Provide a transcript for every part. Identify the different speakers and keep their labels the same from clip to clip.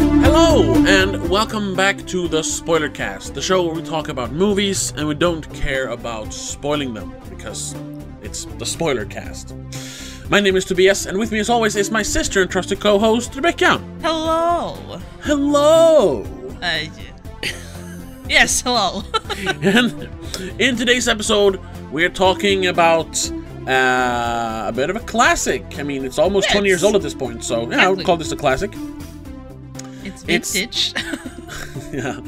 Speaker 1: Hello, and welcome back to the Spoiler Cast, the show where we talk about movies and we don't care about spoiling them because it's the Spoiler Cast. My name is Tobias, and with me, as always, is my sister and trusted co host, Rebecca.
Speaker 2: Hello.
Speaker 1: Hello!
Speaker 2: Uh, y- yes, hello.
Speaker 1: And in today's episode, we're talking about uh, a bit of a classic. I mean, it's almost 20 years
Speaker 2: Yes.
Speaker 1: old at this point, so yeah, I would
Speaker 2: Exactly.
Speaker 1: call this a classic.
Speaker 2: it's
Speaker 1: It's-
Speaker 2: vintage.
Speaker 1: yeah.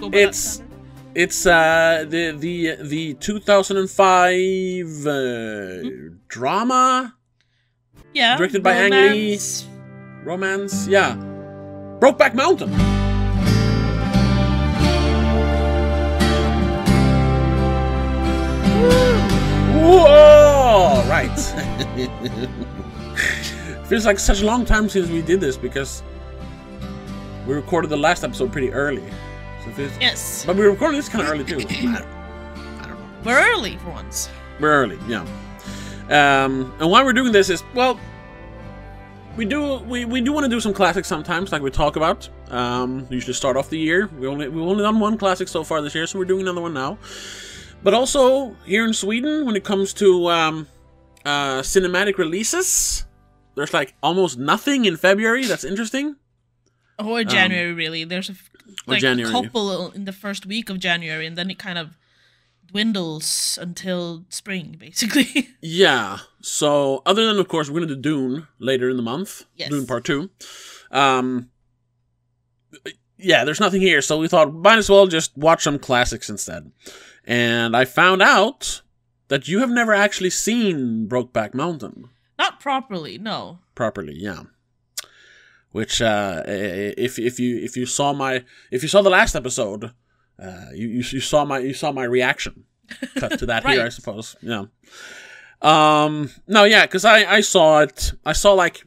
Speaker 2: Go back.
Speaker 1: It's it's uh the the the 2005 uh, drama
Speaker 2: yeah.
Speaker 1: directed by Ang Lee.
Speaker 2: romance.
Speaker 1: romance, yeah. Brokeback Mountain. Whoa! Right. Feels like such a long time since we did this because we recorded the last episode pretty early. So it feels-
Speaker 2: Yes.
Speaker 1: but we recorded this kind of early too. I don't know.
Speaker 2: We're early for once.
Speaker 1: We're early, yeah. Um, and why we're doing this is well, we do we, we do want to do some classics sometimes, like we talk about. Um, we usually start off the year. We only we've only done one classic so far this year, so we're doing another one now. But also here in Sweden, when it comes to um, uh, cinematic releases, there's like almost nothing in February. That's interesting.
Speaker 2: Or January, really. There's a f-
Speaker 1: Um, Or
Speaker 2: like,
Speaker 1: January.
Speaker 2: couple in the first week of January, and then it kind of dwindles until spring, basically.
Speaker 1: Yeah. So other than of course we're gonna do Dune later in the month.
Speaker 2: Yes.
Speaker 1: Dune part two. Um Yeah, there's nothing here, so we thought might as well just watch some classics instead. And I found out that you have never actually seen Brokeback Mountain
Speaker 2: Not properly, no.
Speaker 1: properly, yeah. Which uh if if you if you saw my if you saw the last episode, uh you, you, you saw my you saw my reaction cut to that here, I
Speaker 2: Right.
Speaker 1: suppose. Yeah. Um. No. Yeah. Because I I saw it. I saw like,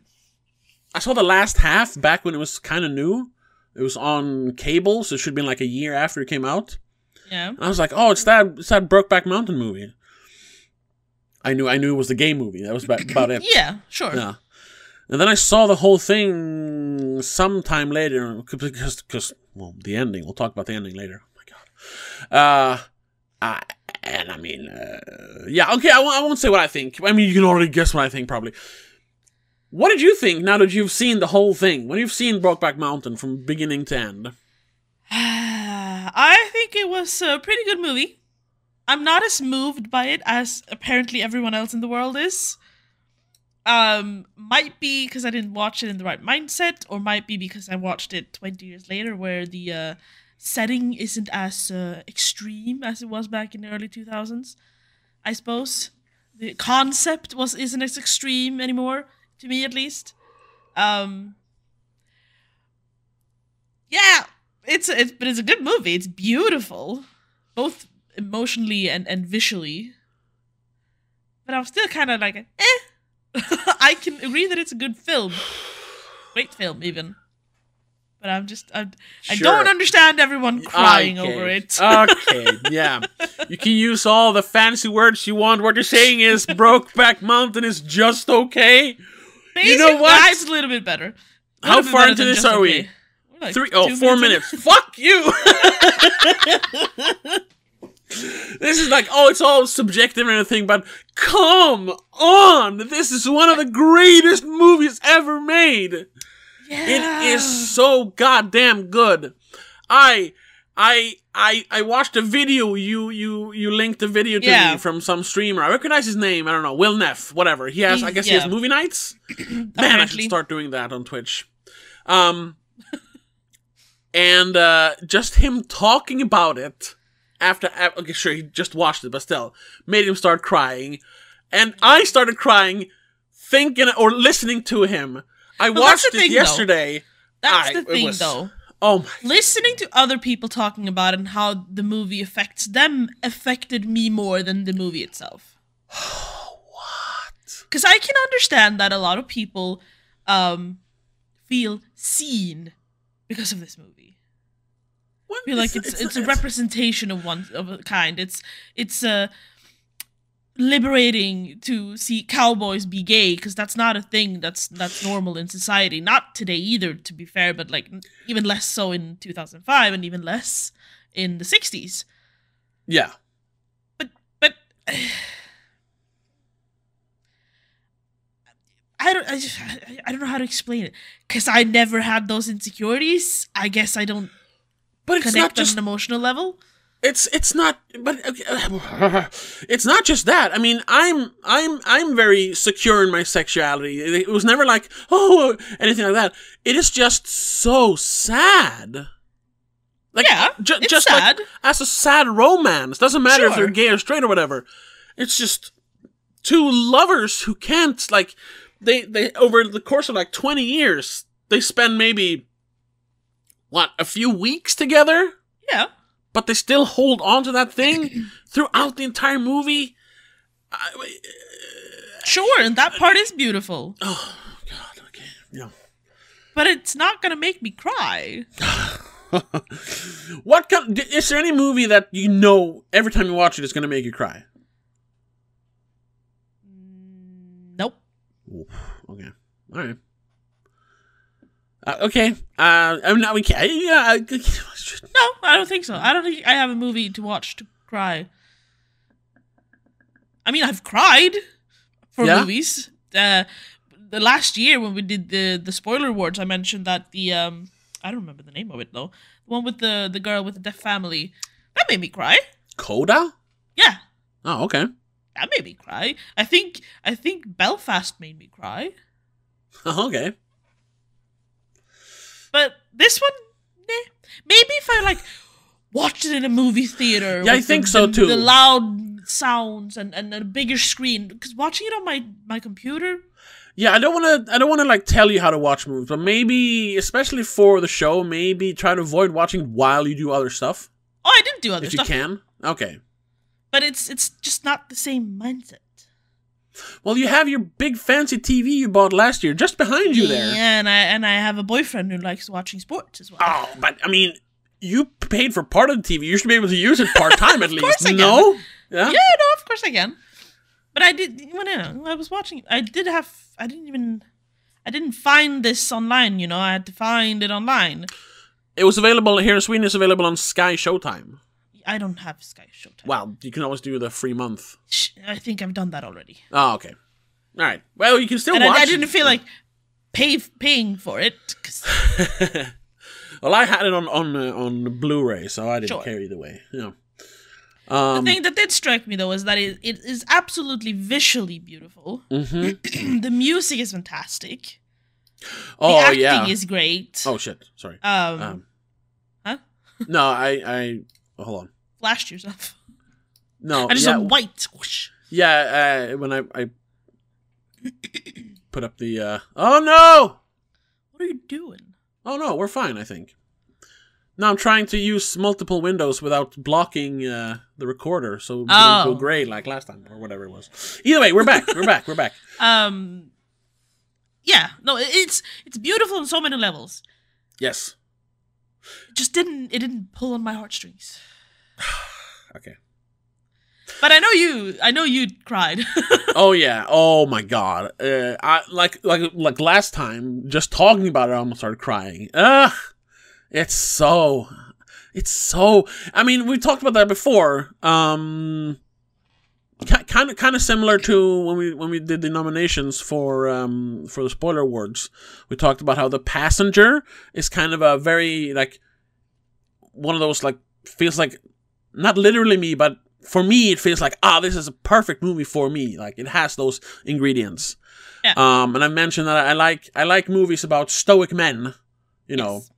Speaker 1: I saw the last half back when it was kind of new. It was on cable, so it should have been like a year after it came out.
Speaker 2: Yeah.
Speaker 1: And I was like, oh, it's that it's that Brokeback Mountain movie. I knew I knew it was the gay movie. That was about, about it.
Speaker 2: Yeah, sure.
Speaker 1: Yeah. And then I saw the whole thing sometime later because because well the ending we'll talk about the ending later. Oh my god. Uh, I, and I mean uh, yeah okay I w- I won't say what I think. I mean you can already guess what I think probably. What did you think now that you've seen the whole thing? When you've seen Brokeback Mountain from beginning to end?
Speaker 2: I think it was a pretty good movie. I'm not as moved by it as apparently everyone else in the world is. Um, might be because I didn't watch it in the right mindset, or might be because I watched it 20 years later, where the uh, setting isn't as uh, extreme as it was back in the early 2000s. I suppose the concept was isn't as extreme anymore to me, at least. Um, yeah, it's it's but it's a good movie. It's beautiful, both emotionally and and visually. But I'm still kind of like eh. I can agree that it's a good film, great film even. But I'm just I, I
Speaker 1: Sure.
Speaker 2: don't understand everyone crying
Speaker 1: Okay.
Speaker 2: over it.
Speaker 1: okay, yeah. You can use all the fancy words you want. What you're saying is Brokeback Mountain is just okay. You know
Speaker 2: Basically,
Speaker 1: what?
Speaker 2: It's a little bit better. A
Speaker 1: How
Speaker 2: little bit
Speaker 1: far
Speaker 2: better
Speaker 1: into
Speaker 2: than
Speaker 1: this
Speaker 2: just
Speaker 1: are we?
Speaker 2: okay. We're like
Speaker 1: Three oh
Speaker 2: two
Speaker 1: four
Speaker 2: minutes.
Speaker 1: minutes. Fuck you. this is like oh, it's all subjective and everything, but come on, this is one of the greatest movies ever made.
Speaker 2: Yeah.
Speaker 1: It is so goddamn good. I I I I watched a video you you you linked the video to
Speaker 2: Yeah.
Speaker 1: me from some streamer. I recognize his name. I don't know. Will Neff, whatever. He has I guess he has
Speaker 2: Yeah.
Speaker 1: movie nights. Man, I should
Speaker 2: Apparently.
Speaker 1: start doing that on Twitch. Um and uh just him talking about it after af- okay sure he just watched it but still made him start crying and I started crying thinking or listening to him. I
Speaker 2: Well, that's
Speaker 1: watched
Speaker 2: the
Speaker 1: it
Speaker 2: thing, though.
Speaker 1: yesterday.
Speaker 2: That's
Speaker 1: I-
Speaker 2: the
Speaker 1: it
Speaker 2: thing,
Speaker 1: was-
Speaker 2: though.
Speaker 1: Oh my
Speaker 2: Listening to other people talking about it and how the movie affects them affected me more than the movie itself. what? Because I can understand that a lot of people um, feel seen because of this movie.
Speaker 1: What?
Speaker 2: feel like it's it's, a representation of one of a kind. It's it's a uh, liberating to see cowboys be gay because that's not a thing that's that's normal in society. Not today either, to be fair, but like even less so in 2005 and even less in the 60s.
Speaker 1: Yeah.
Speaker 2: But but I don't I, just, I- I don't know how to explain it because I never had those insecurities. I guess I don't
Speaker 1: But it's not
Speaker 2: connect on
Speaker 1: just
Speaker 2: an emotional level.
Speaker 1: it's it's not but uh, it's not just that i mean i'm i'm i'm very secure in my sexuality it, it was never like oh anything like that it is just so sad like
Speaker 2: Yeah,
Speaker 1: ju-
Speaker 2: it's
Speaker 1: just
Speaker 2: sad.
Speaker 1: like as a sad romance doesn't matter if they're
Speaker 2: Sure.
Speaker 1: gay or straight or whatever it's just two lovers who can't like they they over the course of like 20 years they spend maybe what a few weeks together
Speaker 2: Yeah.
Speaker 1: but they still hold on to that thing throughout the entire movie. I,
Speaker 2: Sure, and that part is beautiful,
Speaker 1: oh God, okay, yeah.
Speaker 2: but it's not gonna make me cry.
Speaker 1: what kind? Is there any movie that you know every time you watch it is going to make you cry?
Speaker 2: Nope.
Speaker 1: Ooh, okay, all right. Uh, okay, uh, I'm not. We can't. Yeah, I,
Speaker 2: No, I don't think so. I don't think I have a movie to watch to cry. I mean, I've cried for
Speaker 1: Yeah?
Speaker 2: movies. Uh, the last year when we did the the spoiler awards, I mentioned that the um I don't remember the name of it though. The one with the the girl with the deaf family that made me cry.
Speaker 1: Coda.
Speaker 2: Yeah,
Speaker 1: Oh, okay.
Speaker 2: that made me cry. I think I think Belfast made me cry,
Speaker 1: Oh, okay.
Speaker 2: but this one, nah. maybe if I like watched it in a movie theater.
Speaker 1: Yeah, I
Speaker 2: with
Speaker 1: think
Speaker 2: the,
Speaker 1: so,
Speaker 2: the-
Speaker 1: too.
Speaker 2: The loud sounds and and a bigger screen because watching it on my my computer.
Speaker 1: Yeah, I don't want to. I don't want to like tell you how to watch movies, but maybe, especially for the show, maybe try to avoid watching while you do other stuff.
Speaker 2: Oh, I didn't do other
Speaker 1: if
Speaker 2: stuff,
Speaker 1: you can. Okay.
Speaker 2: but it's it's just not the same mindset.
Speaker 1: Well, you have your big fancy TV you bought last year just behind you there.
Speaker 2: Yeah, and I and I have a boyfriend who likes watching sports as well.
Speaker 1: Oh, but I mean, you paid for part of the TV. You should be able to use it part time at
Speaker 2: Of
Speaker 1: least.
Speaker 2: course I can.
Speaker 1: no. Yeah.
Speaker 2: Yeah, no, of course I can. But I did when I, I was watching. I did have. I didn't even. I didn't find this online. You know, I had to find it online.
Speaker 1: It was available here in Sweden. It's available on Sky Showtime.
Speaker 2: I don't have Sky Showtime.
Speaker 1: Well, you can always do the free month.
Speaker 2: Sh- I think I've done that already.
Speaker 1: Oh, okay. All right. Well, you can still
Speaker 2: And I,
Speaker 1: watch.
Speaker 2: I didn't
Speaker 1: it.
Speaker 2: feel like pay paying for it. 'cause-
Speaker 1: Well, I had it on on uh, on Blu-ray, so I didn't
Speaker 2: Sure.
Speaker 1: care either way. Yeah.
Speaker 2: the
Speaker 1: Um.
Speaker 2: thing that did strike me though is that it, it is absolutely visually beautiful.
Speaker 1: mhm.
Speaker 2: the music is fantastic. The
Speaker 1: Oh
Speaker 2: acting
Speaker 1: yeah.
Speaker 2: is great.
Speaker 1: Oh shit. Sorry.
Speaker 2: um,
Speaker 1: Um.
Speaker 2: huh?
Speaker 1: no, I I hold on.
Speaker 2: flashed yourself.
Speaker 1: No,
Speaker 2: I just
Speaker 1: oh, yeah,
Speaker 2: saw white. Whoosh.
Speaker 1: yeah. Uh, when I, I put up the uh, oh no,
Speaker 2: What are you doing?
Speaker 1: oh no, we're fine. I think. No, I'm trying to use multiple windows without blocking uh, the recorder, so we don't
Speaker 2: Oh.
Speaker 1: go gray like last time or whatever it was. Either way, we're back. We're back. We're back.
Speaker 2: um yeah no it- it's it's beautiful on so many levels
Speaker 1: Yes.
Speaker 2: it just didn't it didn't pull on my heartstrings
Speaker 1: Okay.
Speaker 2: but i know you i know you cried
Speaker 1: Oh yeah. Oh my god. Uh, I like like like last time. Just talking about it, I almost started crying. Ugh. It's so. It's so. I mean, we talked about that before. Um. Kind of, kind of similar to when we when we did the nominations for um for the spoiler awards, we talked about how the passenger is kind of a very like one of those like feels like not literally me, but for me it feels like ah, this is a perfect movie for me. Like it has those ingredients.
Speaker 2: Yeah.
Speaker 1: Um, and I mentioned that I like I like movies about stoic men, you know,
Speaker 2: Yes.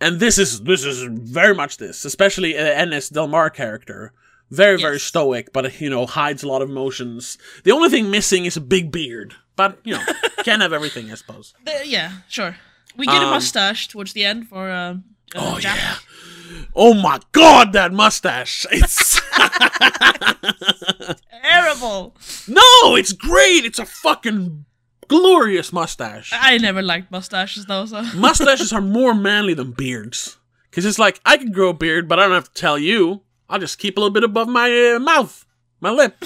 Speaker 1: and this is this is very much this, especially uh, Ennis Del Mar character. Very very
Speaker 2: Yes.
Speaker 1: stoic, but you know hides a lot of emotions. The only thing missing is a big beard, but you know can't have everything, I suppose.
Speaker 2: The- yeah sure we get a
Speaker 1: Um,
Speaker 2: mustache towards the end for um uh,
Speaker 1: Oh
Speaker 2: Jack.
Speaker 1: yeah. Oh my god, that mustache! It's
Speaker 2: terrible
Speaker 1: no, it's great. It's a fucking glorious mustache.
Speaker 2: i never liked mustaches though so
Speaker 1: Mustaches are more manly than beards, because it's like I can grow a beard, but I don't have to tell you. I'll just keep a little bit above my uh, mouth, my lip.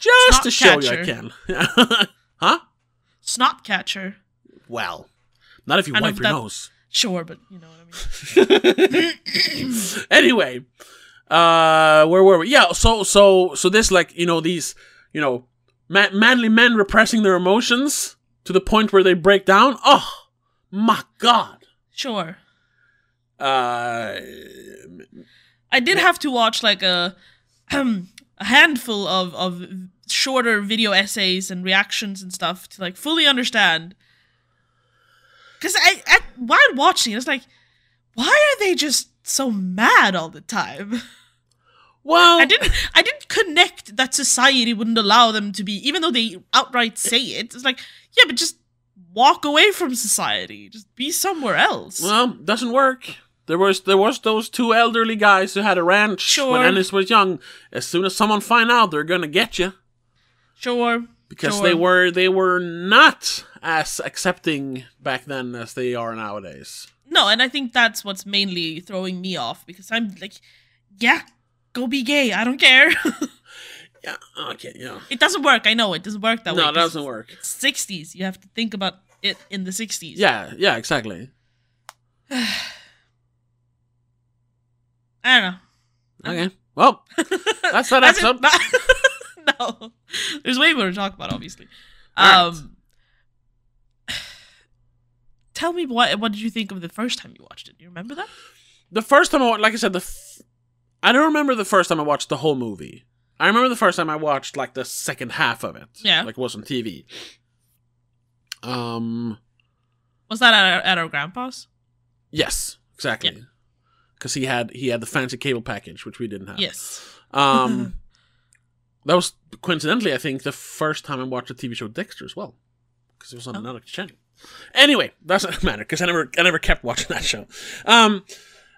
Speaker 1: just to show
Speaker 2: Snotcatcher.
Speaker 1: you I can. huh?
Speaker 2: Snot catcher.
Speaker 1: Well, not if you
Speaker 2: I know
Speaker 1: wipe your
Speaker 2: that-
Speaker 1: nose.
Speaker 2: Sure, but you know what I mean.
Speaker 1: anyway, uh, where were we? Yeah, so so so this like you know these you know ma- manly men repressing their emotions to the point where they break down. Oh my god!
Speaker 2: Sure.
Speaker 1: Uh,
Speaker 2: I did have to watch like a, a handful of, of shorter video essays and reactions and stuff to like fully understand. Because I, I, while watching, it, it's like, why are they just so mad all the time?
Speaker 1: well,
Speaker 2: I didn't, I didn't connect that society wouldn't allow them to be, even though they outright say it. It's like, yeah, but just walk away from society, just be somewhere else.
Speaker 1: well, doesn't work. There was there was those two elderly guys who had a ranch when
Speaker 2: Sure.
Speaker 1: Ennis was young. As soon as someone find out, they're gonna get you.
Speaker 2: sure,
Speaker 1: because
Speaker 2: sure.
Speaker 1: they were they were not as accepting back then as they are nowadays.
Speaker 2: No, and I think that's what's mainly throwing me off because I'm like, yeah, go be gay. I don't care.
Speaker 1: Yeah. Okay. Yeah.
Speaker 2: it doesn't work. I know it doesn't work that way.
Speaker 1: no, it
Speaker 2: 'cause
Speaker 1: doesn't work.
Speaker 2: It's 60s. You have to think about it in the 60s.
Speaker 1: Yeah. Yeah. Exactly.
Speaker 2: I don't know.
Speaker 1: Okay. Well, that's that
Speaker 2: That's it.
Speaker 1: episode.
Speaker 2: no, there's way more to talk about, obviously.
Speaker 1: All
Speaker 2: Um, tell me what what did you think of the first time you watched it? Do you remember that?
Speaker 1: The first time I wa- like I said, the f- I don't remember the first time I watched the whole movie. I remember the first time I watched like the second half of it.
Speaker 2: Yeah.
Speaker 1: Like it was on TV. Um.
Speaker 2: Was that at our, at our grandpa's?
Speaker 1: Yes. Exactly. Because he had he had the fancy cable package, which we didn't have.
Speaker 2: Yes.
Speaker 1: Um, that was coincidentally, I think, the first time I watched the TV show Dexter as well, because it was on
Speaker 2: Oh.
Speaker 1: another channel. Anyway, doesn't matter because I never, I never kept watching that show. Um,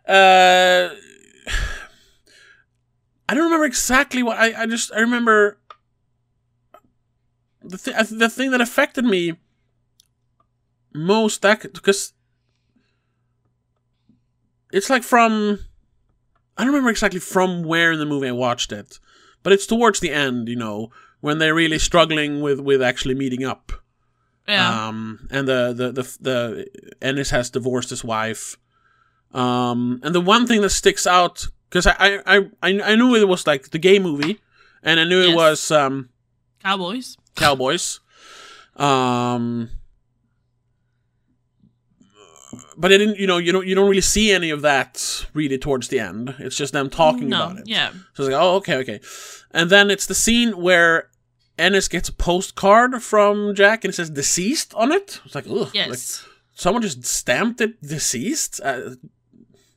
Speaker 1: uh, I don't remember exactly what I. I just I remember the th- the thing that affected me most that because it's like from I don't remember exactly from where in the movie I watched it, but it's towards the end, you know, when they're really struggling with with actually meeting up.
Speaker 2: Yeah.
Speaker 1: Um, and the the the the Ennis has divorced his wife. Um, and the one thing that sticks out because I, I I I I knew it was like the gay movie, and I knew it
Speaker 2: Yes.
Speaker 1: was um
Speaker 2: Cowboys.
Speaker 1: Cowboys. Um, but I didn't, you know, you don't you don't really see any of that really towards the end. It's just them talking
Speaker 2: no.
Speaker 1: about it.
Speaker 2: Yeah.
Speaker 1: So it's like, oh, okay, okay. And then it's the scene where Ennis gets a postcard from Jack and it says deceased on it. It's like, ugh.
Speaker 2: Yes.
Speaker 1: Like, someone just stamped it deceased, uh,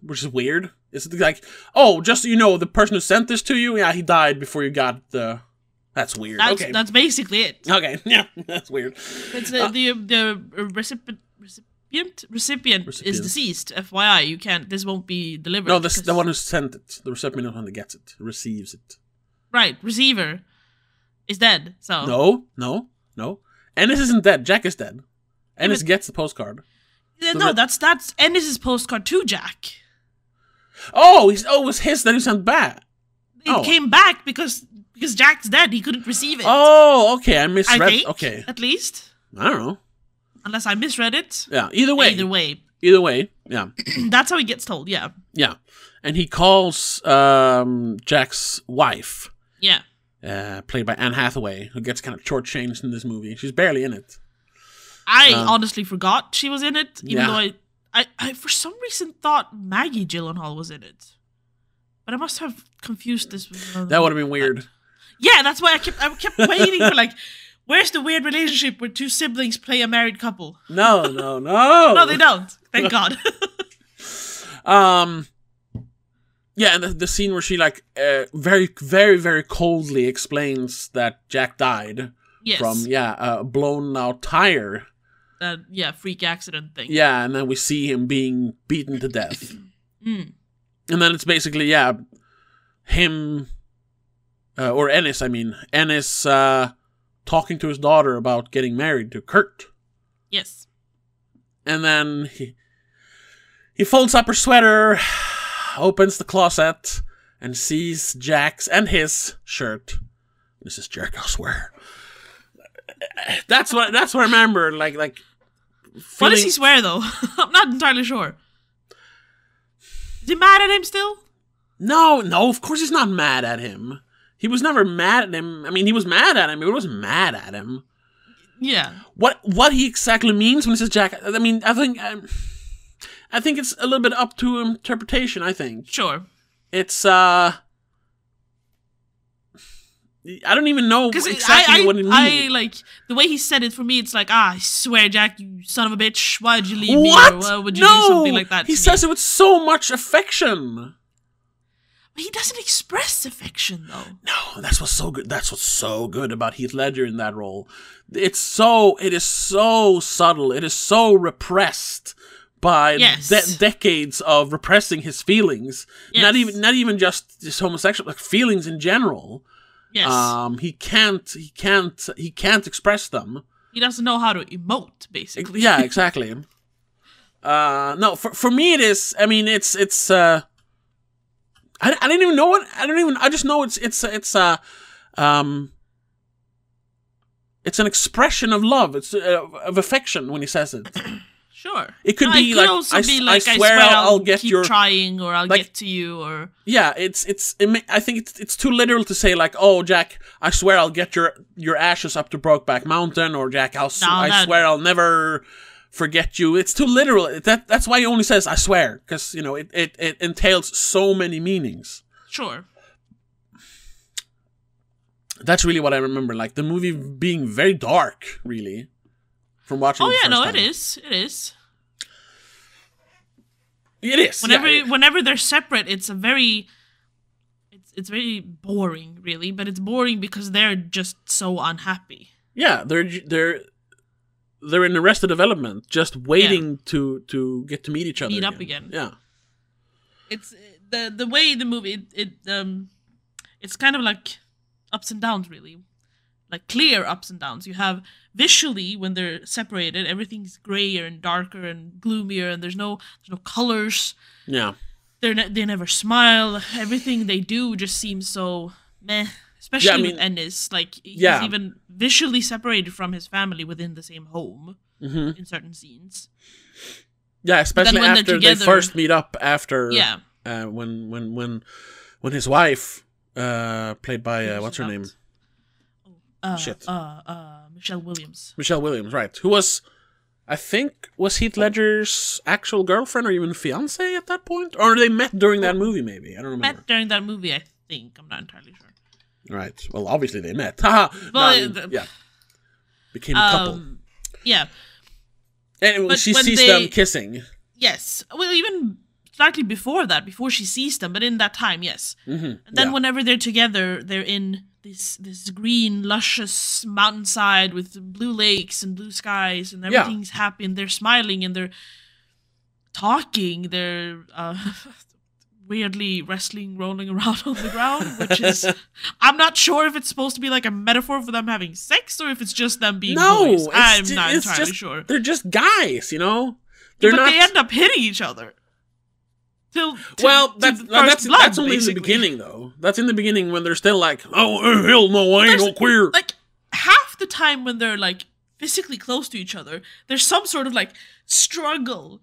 Speaker 1: which is weird. It's like, oh, just so you know, the person who sent this to you, yeah, he died before you got the. That's weird.
Speaker 2: That's
Speaker 1: okay. Uh,
Speaker 2: that's basically it.
Speaker 1: Okay, yeah, that's weird.
Speaker 2: It's the the, the recipient recipient recipient is
Speaker 1: Recipient.
Speaker 2: deceased. FYI, you can't. This won't be delivered.
Speaker 1: No, this, the
Speaker 2: because-
Speaker 1: one who sent it, the recipient of the one who gets it, receives it.
Speaker 2: right receiver is dead. So
Speaker 1: No, no, no. Ennis isn't dead. Jack is dead. Ennis
Speaker 2: but-
Speaker 1: gets the postcard.
Speaker 2: Yeah,
Speaker 1: the
Speaker 2: no,
Speaker 1: re-
Speaker 2: that's that's Ennis's postcard to Jack.
Speaker 1: Oh, he's, oh, it was his that he sent back.
Speaker 2: It
Speaker 1: Oh.
Speaker 2: came back because because Jack's dead. He couldn't receive it.
Speaker 1: Oh, okay, I
Speaker 2: I
Speaker 1: misread.
Speaker 2: think.
Speaker 1: Okay,
Speaker 2: At least,
Speaker 1: I don't know.
Speaker 2: unless I misread it.
Speaker 1: Yeah, either way,
Speaker 2: Either way,
Speaker 1: either way, yeah,
Speaker 2: that's how he gets told. Yeah.
Speaker 1: yeah. And he calls um, Jack's wife,
Speaker 2: Yeah.
Speaker 1: uh, played by Anne Hathaway, who gets kind of shortchanged in this movie. She's barely in it.
Speaker 2: I
Speaker 1: Um,
Speaker 2: honestly forgot she was in it, even
Speaker 1: Yeah.
Speaker 2: though I, I, I for some reason thought Maggie Gyllenhaal was in it, but I must have confused this. With another
Speaker 1: That
Speaker 2: one.
Speaker 1: would have been weird.
Speaker 2: yeah, that's why I kept I kept waiting for like, where's the weird relationship where two siblings play a married couple?
Speaker 1: No, no, no.
Speaker 2: No, they don't. Thank God.
Speaker 1: Um, yeah, and the, the scene where she like uh, very, very, very coldly explains that Jack died
Speaker 2: yes.
Speaker 1: from yeah a blown out tire.
Speaker 2: that uh, yeah freak accident thing.
Speaker 1: Yeah, and then we see him being beaten to death,
Speaker 2: Mm.
Speaker 1: and then it's basically yeah, him uh, or Ennis. I mean Ennis uh, talking to his daughter about getting married to Kurt,
Speaker 2: Yes.
Speaker 1: and then he he folds up her sweater, opens the closet, and sees Jack's and his shirt Mrs. Jericho swear. That's what that's what I remember. Like like.
Speaker 2: What does
Speaker 1: feeling-
Speaker 2: he swear though? I'm not entirely sure. Is he mad at him still?
Speaker 1: No, no, of course he's not mad at him. He was never mad at him. I mean, he was mad at him. He was mad at him.
Speaker 2: Yeah.
Speaker 1: What what he exactly means when he says Jack? I mean, I think um, I think it's a little bit up to interpretation. I think
Speaker 2: Sure.
Speaker 1: it's uh, I don't even know
Speaker 2: Because
Speaker 1: exactly
Speaker 2: I, I,
Speaker 1: what it
Speaker 2: I
Speaker 1: means.
Speaker 2: like the way he said it. For me, it's like, ah, I swear, Jack, you son of a bitch. Why did you leave
Speaker 1: what?
Speaker 2: me? Or why would you
Speaker 1: no,
Speaker 2: do something like that?
Speaker 1: He
Speaker 2: to me?
Speaker 1: says it with so much affection.
Speaker 2: But he doesn't express affection though.
Speaker 1: No, that's what's so good. That's what's so good about Heath Ledger in that role. It's so it is so subtle. It is so repressed by
Speaker 2: Yes.
Speaker 1: de- decades of repressing his feelings. Not
Speaker 2: Yes.
Speaker 1: even not even just his homosexual like feelings in general.
Speaker 2: Yes,
Speaker 1: Um, he can't he can't he can't express them.
Speaker 2: he doesn't know how to emote. Basically,
Speaker 1: Yeah, exactly. uh, no, for for me it is. I mean, it's it's. Uh, I I didn't even know what I don't even. I just know it's it's it's uh, um. It's an expression of love. It's uh, of affection when he says it.
Speaker 2: sure.
Speaker 1: It could
Speaker 2: No,
Speaker 1: be like, I s- I swear I'll get
Speaker 2: keep
Speaker 1: your-
Speaker 2: trying, or I'll
Speaker 1: like-
Speaker 2: get to you, or
Speaker 1: Yeah, it's it's. It ma- I think it's it's too literal to say like, oh Jack, I swear I'll get your your ashes up to Brokeback Mountain, or Jack, I'll s
Speaker 2: No,
Speaker 1: I
Speaker 2: that-
Speaker 1: swear I'll never forget you. It's too literal. It- That that's why he only says I swear because you know it, it it entails so many meanings.
Speaker 2: sure.
Speaker 1: That's really what I remember. Like the movie being very dark, really, from watching. it
Speaker 2: Oh
Speaker 1: the
Speaker 2: yeah,
Speaker 1: first
Speaker 2: no,
Speaker 1: time.
Speaker 2: it is. It is.
Speaker 1: It is.
Speaker 2: Whenever
Speaker 1: yeah, it-
Speaker 2: whenever they're separate, it's a very it's it's very boring, really. But it's boring because they're just so unhappy.
Speaker 1: yeah, they're j- they're they're in arrested development, just waiting to to get to meet each other.
Speaker 2: Meet up again.
Speaker 1: Yeah.
Speaker 2: It's uh, the the way the movie it, it um it's kind of like ups and downs, really. Like clear ups and downs. You have visually when they're separated, everything's grayer and darker and gloomier, and there's no there's no colors.
Speaker 1: Yeah.
Speaker 2: They're ne- they never smile. Everything they do just seems so meh. Especially
Speaker 1: mean-
Speaker 2: with Ennis, like he's
Speaker 1: Yeah.
Speaker 2: even visually separated from his family within the same home
Speaker 1: hmm
Speaker 2: in certain scenes.
Speaker 1: Yeah, especially
Speaker 2: when they're
Speaker 1: after they
Speaker 2: together-
Speaker 1: first meet up after
Speaker 2: Yeah,
Speaker 1: uh, when when when when his wife uh played by uh,
Speaker 2: Who's
Speaker 1: what's her
Speaker 2: that?
Speaker 1: name?
Speaker 2: uh,
Speaker 1: Shit.
Speaker 2: Uh, uh, Michelle Williams.
Speaker 1: Michelle Williams, right. Who was I think was Heath Ledger's actual girlfriend or even fiance at that point? Or they met during that movie maybe. I don't remember.
Speaker 2: met during that movie, I think. I'm not entirely sure.
Speaker 1: Right. Well, obviously they met. Haha. No, I
Speaker 2: Well,
Speaker 1: mean,
Speaker 2: uh,
Speaker 1: yeah. Became a couple.
Speaker 2: Um, yeah.
Speaker 1: Anyway,
Speaker 2: but
Speaker 1: she
Speaker 2: when
Speaker 1: sees
Speaker 2: they-
Speaker 1: them kissing.
Speaker 2: Yes. Well, even slightly before that, before she sees them, but in that time, yes.
Speaker 1: Mm-hmm.
Speaker 2: And then whenever they're together, they're in this this green, luscious mountainside with blue lakes and blue skies, and
Speaker 1: Yeah.
Speaker 2: everything's happy, and they're smiling, and they're talking. They're uh, weirdly wrestling, rolling around on the ground, which is I'm not sure if it's supposed to be like a metaphor for them having sex or if it's just them being
Speaker 1: no,
Speaker 2: boys.
Speaker 1: it's
Speaker 2: I'm
Speaker 1: ju-
Speaker 2: not
Speaker 1: it's
Speaker 2: entirely
Speaker 1: just,
Speaker 2: sure.
Speaker 1: They're just guys, you know. They're
Speaker 2: but
Speaker 1: not.
Speaker 2: they end up hitting each other. Till, till
Speaker 1: Well,
Speaker 2: till
Speaker 1: that's
Speaker 2: the
Speaker 1: no,
Speaker 2: first
Speaker 1: that's
Speaker 2: blood,
Speaker 1: that's only in the
Speaker 2: basically.
Speaker 1: beginning though. That's in the beginning when they're still like, oh eh, hell no, I ain't
Speaker 2: There's-
Speaker 1: no queer.
Speaker 2: Like half the time when they're like physically close to each other, there's some sort of like struggle,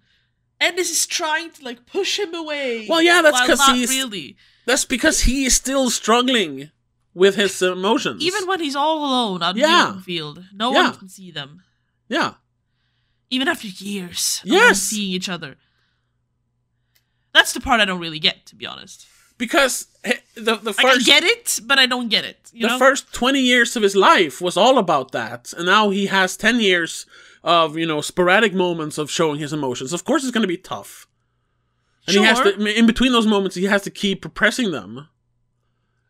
Speaker 2: and this is trying to like push him away.
Speaker 1: Well, yeah, that's
Speaker 2: while
Speaker 1: 'cause
Speaker 2: not
Speaker 1: he's-
Speaker 2: really.
Speaker 1: That's because he is still struggling with his emotions.
Speaker 2: Even when he's all alone out in
Speaker 1: Yeah.
Speaker 2: the open field, no
Speaker 1: Yeah.
Speaker 2: one can see them.
Speaker 1: yeah,
Speaker 2: Even after years of them
Speaker 1: Yes.
Speaker 2: seeing each other. That's the part I don't really get, to be honest.
Speaker 1: because he- the the
Speaker 2: Like, I
Speaker 1: first
Speaker 2: get it, but I don't get it. You
Speaker 1: the
Speaker 2: know?
Speaker 1: first twenty years of his life was all about that, and now he has ten years of you know sporadic moments of showing his emotions. Of course, it's going to be tough, and he has
Speaker 2: Sure.
Speaker 1: to in between those moments he has to keep repressing them.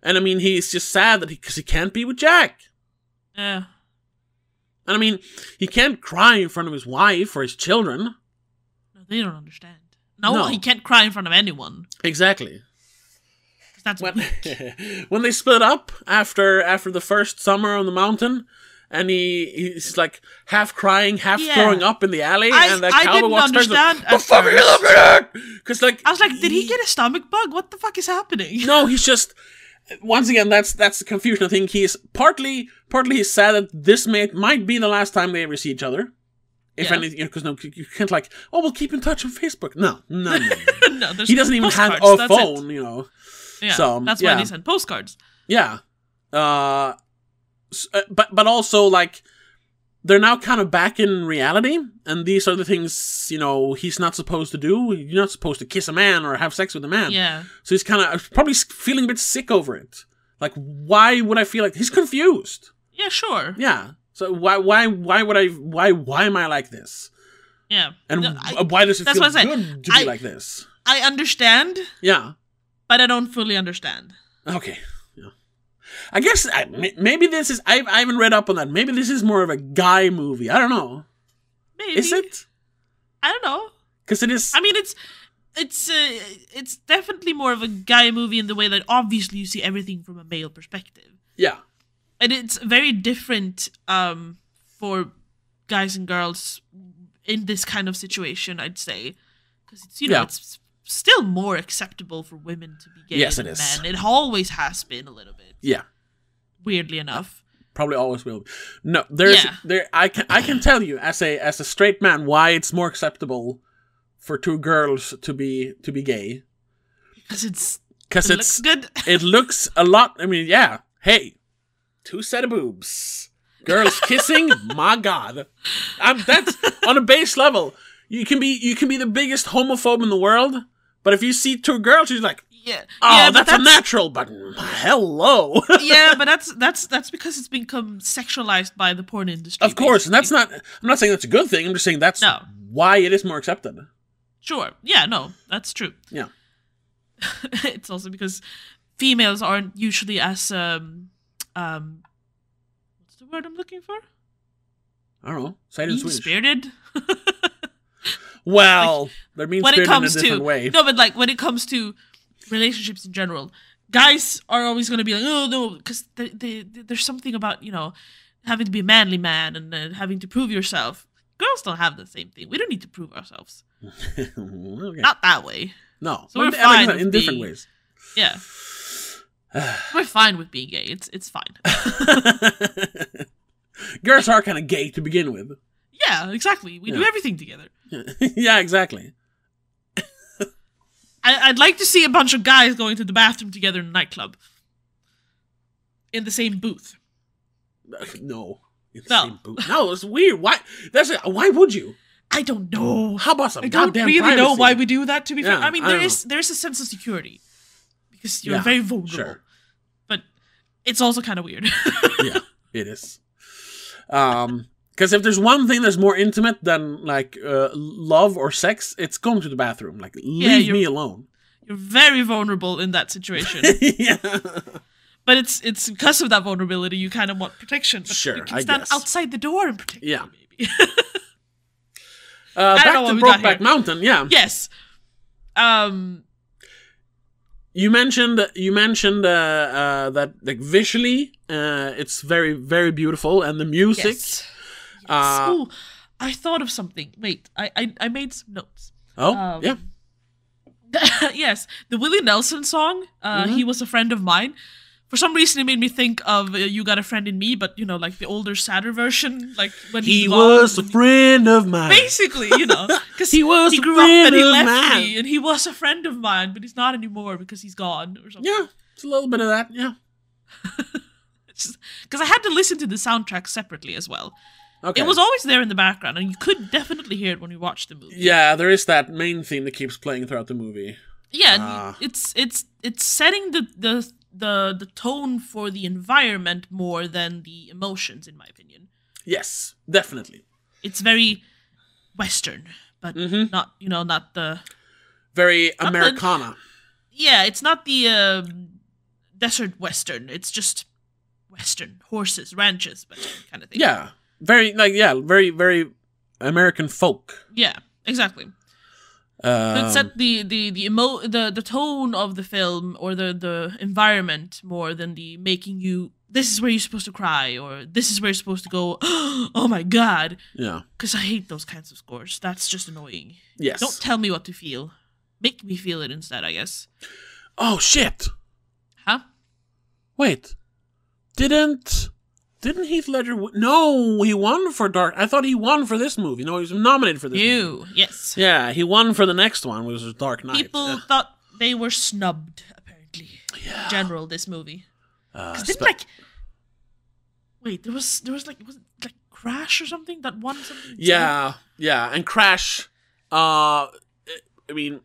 Speaker 1: And I mean, he's just sad that he because he can't be with Jack.
Speaker 2: Yeah.
Speaker 1: And I mean, he can't cry in front of his wife or his children.
Speaker 2: No, they don't understand. No,
Speaker 1: No.
Speaker 2: he can't cry in front of anyone.
Speaker 1: Exactly.
Speaker 2: 'cause That's
Speaker 1: When,
Speaker 2: weak.
Speaker 1: when they split up after after the first summer on the mountain, and he he's like half crying, half
Speaker 2: Yeah.
Speaker 1: throwing up in the alley,
Speaker 2: I-
Speaker 1: and the
Speaker 2: I
Speaker 1: cowboy
Speaker 2: didn't
Speaker 1: walks past, like,
Speaker 2: understand
Speaker 1: The
Speaker 2: at
Speaker 1: fuck are you
Speaker 2: first."
Speaker 1: looking at? Because like
Speaker 2: I was like, did he get a stomach bug? What the fuck is happening?
Speaker 1: No, he's just once again, that's that's the confusion. I think he's partly partly he's sad that this may might be the last time they ever see each other. If
Speaker 2: Yeah.
Speaker 1: anything, because no, you can't like, oh, we'll keep in touch on Facebook. No, no, no.
Speaker 2: no, there's
Speaker 1: he doesn't even have
Speaker 2: postcards,
Speaker 1: a
Speaker 2: that's it.
Speaker 1: phone, you know.
Speaker 2: Yeah,
Speaker 1: so,
Speaker 2: that's
Speaker 1: yeah.
Speaker 2: why they send postcards.
Speaker 1: Yeah. Uh, s- uh, but but also like they're now kind of back in reality, and these are the things you know he's not supposed to do. You're not supposed to kiss a man or have sex with a man.
Speaker 2: Yeah,
Speaker 1: So he's kind of probably s- feeling a bit sick over it. Like, why would I feel like he's confused?
Speaker 2: yeah, sure. Yeah,
Speaker 1: Yeah. So why why why would I why why am I like this? And
Speaker 2: No,
Speaker 1: w-
Speaker 2: I,
Speaker 1: why does it
Speaker 2: that's
Speaker 1: feel
Speaker 2: what I said.
Speaker 1: good to
Speaker 2: I-
Speaker 1: be like this?
Speaker 2: I understand,
Speaker 1: Yeah.
Speaker 2: but I don't fully understand.
Speaker 1: Okay. Yeah. I guess I, m- maybe this is I, I haven't read up on that. Maybe this is more of a guy movie. I don't know.
Speaker 2: Maybe
Speaker 1: Is it?
Speaker 2: I don't know.
Speaker 1: Because it is.
Speaker 2: I mean, it's it's uh, it's definitely more of a guy movie in the way that obviously you see everything from a male perspective,
Speaker 1: yeah.
Speaker 2: and it's very different um, for guys and girls in this kind of situation. I'd say because it's you know
Speaker 1: Yeah.
Speaker 2: it's still more acceptable for women to be gay.
Speaker 1: Yes,
Speaker 2: than
Speaker 1: it is.
Speaker 2: Men. It always has been a little bit.
Speaker 1: Yeah.
Speaker 2: Weirdly enough.
Speaker 1: Probably always will. be. No, there's
Speaker 2: Yeah.
Speaker 1: there. I can I can tell you as a as a straight man why it's more acceptable for two girls to be to be gay
Speaker 2: Because it's
Speaker 1: because
Speaker 2: it looks
Speaker 1: it's
Speaker 2: good.
Speaker 1: it looks a lot. I mean, yeah. Hey, two set of boobs, girls kissing. my God, I'm that's on a base level. You can be you can be the biggest homophobe in the world, but if you see two girls, you're like,
Speaker 2: Yeah.
Speaker 1: oh,
Speaker 2: yeah, but
Speaker 1: that's, a natural. But hello,
Speaker 2: yeah, but that's that's that's because it's become sexualized by the porn industry.
Speaker 1: of course, and that's
Speaker 2: basically.
Speaker 1: not. I'm not saying that's a good thing. I'm just saying that's
Speaker 2: No.
Speaker 1: why it is more accepted.
Speaker 2: sure. Yeah, no, that's true.
Speaker 1: Yeah.
Speaker 2: it's also because females aren't usually as um um what's the word I'm looking for?
Speaker 1: I don't know. Say it in
Speaker 2: Mean
Speaker 1: Swedish.
Speaker 2: spirited.
Speaker 1: Well, they're mean
Speaker 2: when it
Speaker 1: spirited in a
Speaker 2: comes to
Speaker 1: different way.
Speaker 2: no, but like when it comes to relationships in general, guys are always going to be like, oh no, because they, they, there's something about you know having to be a manly man and uh, having to prove yourself. Girls don't have the same thing. We don't need to prove ourselves.
Speaker 1: okay.
Speaker 2: Not that way.
Speaker 1: No,
Speaker 2: So we're
Speaker 1: But I like I
Speaker 2: fine
Speaker 1: said,
Speaker 2: with
Speaker 1: in different
Speaker 2: being-
Speaker 1: ways.
Speaker 2: Yeah, we're fine with being gay. It's it's fine.
Speaker 1: Girls are kind of gay to begin with.
Speaker 2: yeah, exactly. We do
Speaker 1: Yeah.
Speaker 2: everything together.
Speaker 1: yeah, exactly.
Speaker 2: I, I'd like to see a bunch of guys going to the bathroom together in a nightclub. In the same booth.
Speaker 1: No. It's
Speaker 2: No.
Speaker 1: same boot. no, it's weird. Why? That's it. why would you?
Speaker 2: I don't know.
Speaker 1: How about some
Speaker 2: I don't
Speaker 1: goddamn
Speaker 2: really know
Speaker 1: privacy?
Speaker 2: why we do that. To be
Speaker 1: Yeah,
Speaker 2: fair, I mean
Speaker 1: I
Speaker 2: there
Speaker 1: don't
Speaker 2: is there is a sense of security because you're
Speaker 1: Yeah,
Speaker 2: very vulnerable,
Speaker 1: Sure.
Speaker 2: but it's also kind of weird.
Speaker 1: yeah, it is. Um, because if there's one thing that's more intimate than like uh, love or sex, it's going to the bathroom. Like, leave
Speaker 2: you're-
Speaker 1: me alone.
Speaker 2: you're very vulnerable in that situation,
Speaker 1: yeah.
Speaker 2: but it's it's because of that vulnerability you kind of want protection. But
Speaker 1: Sure,
Speaker 2: you
Speaker 1: I
Speaker 2: can stand
Speaker 1: guess.
Speaker 2: outside the door and protect.
Speaker 1: Yeah.
Speaker 2: you, maybe.
Speaker 1: Uh,
Speaker 2: don't
Speaker 1: back
Speaker 2: know why
Speaker 1: to
Speaker 2: we got
Speaker 1: Brokeback
Speaker 2: here.
Speaker 1: Mountain. Yeah.
Speaker 2: yes. Um.
Speaker 1: You mentioned you mentioned uh, uh, that like visually, uh, it's very very beautiful, and the music.
Speaker 2: Yes.
Speaker 1: Uh,
Speaker 2: Ooh, I thought of something. Wait, I I, I made some notes.
Speaker 1: Oh
Speaker 2: Um,
Speaker 1: yeah,
Speaker 2: yes, the Willie Nelson song. Uh,
Speaker 1: Mm-hmm.
Speaker 2: He was a friend of mine. For some reason, it made me think of uh, "You Got a Friend in Me," but you know, like the older, sadder version. Like when he,
Speaker 1: he
Speaker 2: gone,
Speaker 1: was a
Speaker 2: when he-
Speaker 1: friend of mine.
Speaker 2: Basically, you know, because
Speaker 1: He was
Speaker 2: he
Speaker 1: a
Speaker 2: grew up and he
Speaker 1: friend of
Speaker 2: left
Speaker 1: mine.
Speaker 2: me, and he was a friend of mine, but he's not anymore because he's gone or something.
Speaker 1: Yeah, it's a little bit of that. Yeah.
Speaker 2: because I had to listen to the soundtrack separately as well.
Speaker 1: Okay.
Speaker 2: It was always there in the background, and you could definitely hear it when you watched the movie.
Speaker 1: yeah, there is that main theme that keeps playing throughout the movie.
Speaker 2: Yeah, and
Speaker 1: Ah.
Speaker 2: it's it's it's setting the the the the tone for the environment more than the emotions, in my opinion.
Speaker 1: Yes, definitely.
Speaker 2: It's very Western, but
Speaker 1: Mhm.
Speaker 2: not you know not the
Speaker 1: Very
Speaker 2: Not the-
Speaker 1: Americana.
Speaker 2: yeah. It's not the um, desert Western. It's just Western horses, ranches, Western kind of thing.
Speaker 1: Yeah. Very like yeah, very very American folk.
Speaker 2: yeah, exactly. So
Speaker 1: Um,
Speaker 2: it set the the the emo the the tone of the film or the the environment more than the making you. This is where you're supposed to cry, or this is where you're supposed to go. Oh my god!
Speaker 1: Um, yeah.
Speaker 2: Because I hate those kinds of scores. That's just annoying.
Speaker 1: Yes.
Speaker 2: Don't tell me what to feel. Make me feel it instead, I guess.
Speaker 1: oh shit.
Speaker 2: Huh?
Speaker 1: Wait, didn't didn't Heath Ledger? W- no, he won for Dark. I thought he won for this movie. No, he was nominated for this. movie.
Speaker 2: You, yes.
Speaker 1: Yeah, he won for the next one, which was Dark Knight.
Speaker 2: People
Speaker 1: Yeah.
Speaker 2: thought they were snubbed, apparently.
Speaker 1: Yeah.
Speaker 2: In general, this movie.
Speaker 1: Uh,
Speaker 2: 'Cause
Speaker 1: spe-
Speaker 2: didn't like wait, there was there was like was it like Crash or something that won something?
Speaker 1: Yeah, yeah, and Crash. Uh, I mean,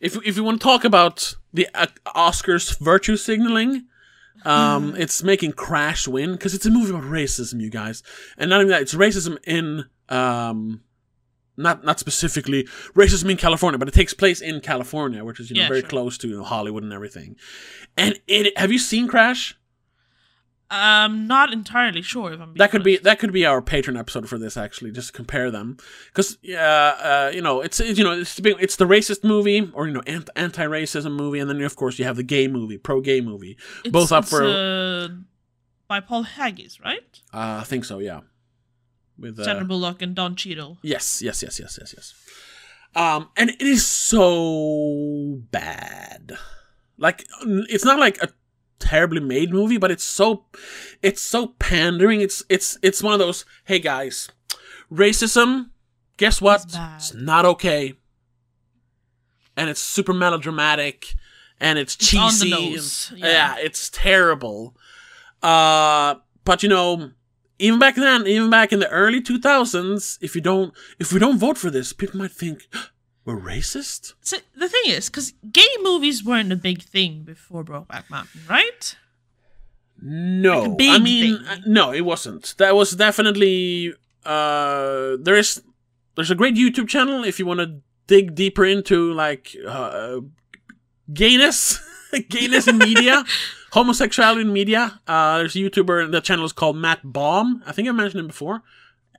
Speaker 1: if if you want to talk about the uh, Oscars virtue signaling, um,
Speaker 2: Mm-hmm.
Speaker 1: it's making Crash win because it's a movie about racism, you guys, and not only that, it's racism in um. Not not specifically racism in California, but it takes place in California, which is you know
Speaker 2: Yeah,
Speaker 1: very
Speaker 2: sure.
Speaker 1: close to you know, Hollywood and everything. And it have you seen Crash?
Speaker 2: I'm not entirely sure if I'm being
Speaker 1: That could be
Speaker 2: honest.
Speaker 1: that could be our patron episode for this actually. Just compare them, because uh, uh, you know it's it's, you know it's the big, it's the racist movie or you know ant- anti racism movie, and then of course you have the gay movie, pro gay movie.
Speaker 2: It's-
Speaker 1: both up
Speaker 2: it's,
Speaker 1: for-
Speaker 2: uh, by Paul Haggis, right?
Speaker 1: Uh, I think so, yeah. With
Speaker 2: Sandra
Speaker 1: uh,
Speaker 2: Bullock and Don Cheadle.
Speaker 1: yes, yes, yes, yes, yes, yes. Um, and it is so bad. Like n- it's not like a terribly made movie, but it's so it's so pandering. It's it's it's one of those. Hey guys, racism. Guess what?
Speaker 2: It's bad.
Speaker 1: not okay. And it's super melodramatic, and it's
Speaker 2: It's
Speaker 1: cheesy.
Speaker 2: on the
Speaker 1: and-
Speaker 2: nose,
Speaker 1: yeah.
Speaker 2: yeah.
Speaker 1: it's terrible. Uh, but you know, even back then, even back in the early two thousands, if you don't, if we don't vote for this, people might think we're racist.
Speaker 2: So the thing is, because gay movies weren't a big thing before Brokeback Mountain, right?
Speaker 1: No,
Speaker 2: Like a big
Speaker 1: I mean,
Speaker 2: thing.
Speaker 1: uh, no, it wasn't. That was definitely uh, there is there's a great YouTube channel if you want to dig deeper into like uh, gayness, gayness in media, homosexuality in media. Uh, there's a YouTuber and the channel is called Matt Baum. I think I mentioned him before.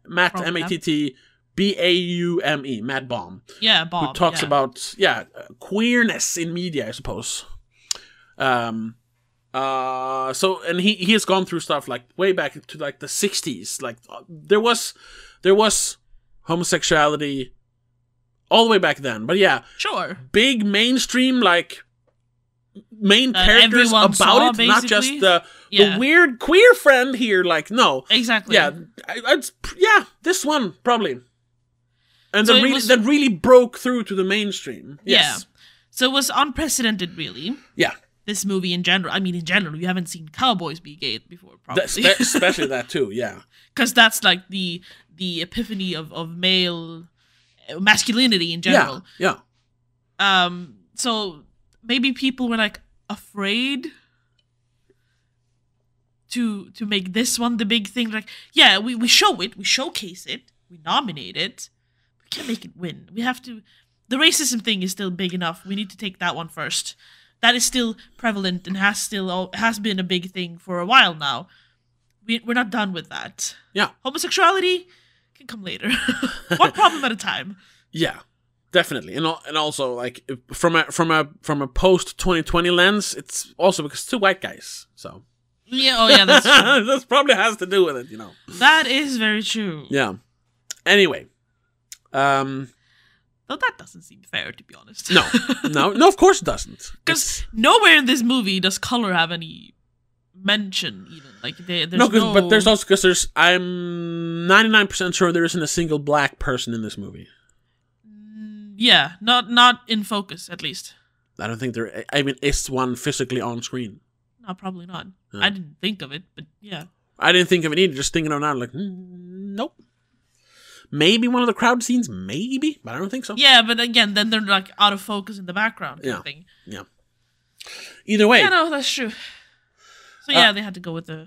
Speaker 1: Matt
Speaker 2: Probably.
Speaker 1: M A T T B A U M E Matt Baum
Speaker 2: Yeah, Bob.
Speaker 1: who talks
Speaker 2: yeah.
Speaker 1: about yeah uh, queerness in media, I suppose. Um, uh, so and he he has gone through stuff like way back to like the '60s. Like uh, there was there was homosexuality all the way back then, but yeah,
Speaker 2: sure.
Speaker 1: big mainstream like main
Speaker 2: That
Speaker 1: characters
Speaker 2: Uh, everyone
Speaker 1: about
Speaker 2: saw,
Speaker 1: it, not just
Speaker 2: basically.
Speaker 1: the
Speaker 2: Yeah.
Speaker 1: the weird queer friend here. Like no,
Speaker 2: Exactly.
Speaker 1: yeah, I, I'd, yeah, this one probably. And
Speaker 2: So
Speaker 1: that
Speaker 2: it
Speaker 1: really
Speaker 2: was-
Speaker 1: that really broke through to the mainstream. Yes.
Speaker 2: Yeah. So it was unprecedented, really.
Speaker 1: Yeah.
Speaker 2: This movie in general. I mean, in general, you haven't seen cowboys be gay before,
Speaker 1: That-
Speaker 2: probably,
Speaker 1: spe- especially that too. Yeah.
Speaker 2: because that's like the the epiphany of of male uh, masculinity in general.
Speaker 1: Yeah. Yeah.
Speaker 2: Um. So maybe people were like afraid to to make this one the big thing. Like, yeah, we we show it, we showcase it, we nominate it. We can't make it win. We have to. The racism thing is still big enough. We need to take that one first. That is still prevalent and has still al- has been a big thing for a while now. We, we're not done with that.
Speaker 1: Yeah.
Speaker 2: Homosexuality can come later. one problem at a time.
Speaker 1: Yeah. Definitely. And al- and also like if- from a from a from a post 2020 lens, it's also because two white guys. So
Speaker 2: Yeah. Oh, yeah. That's true.
Speaker 1: this probably has to do with it, you know.
Speaker 2: That is very true.
Speaker 1: Yeah. Anyway, um
Speaker 2: Though that doesn't seem fair, to be honest.
Speaker 1: no. No, no, of course it doesn't.
Speaker 2: Because nowhere in this movie does color have any mention, even. Like, they, there's
Speaker 1: no,
Speaker 2: no.
Speaker 1: 'cause- but there's also because there's I'm 99% sure there isn't a single black person in this movie.
Speaker 2: Mm, Yeah, not not in focus, at least.
Speaker 1: I don't think there. I mean, is one physically on screen?
Speaker 2: No, probably not.
Speaker 1: Yeah.
Speaker 2: I didn't think of it, but yeah.
Speaker 1: I didn't think of it either. Just thinking of now, like, mm, nope. Maybe one of the crowd scenes, maybe, but I don't think so.
Speaker 2: Yeah, but again, then they're like out of focus in the background. Kind
Speaker 1: Yeah.
Speaker 2: Of thing.
Speaker 1: Either way,
Speaker 2: Yeah, no, that's true. So
Speaker 1: Uh,
Speaker 2: yeah, they had to go with the.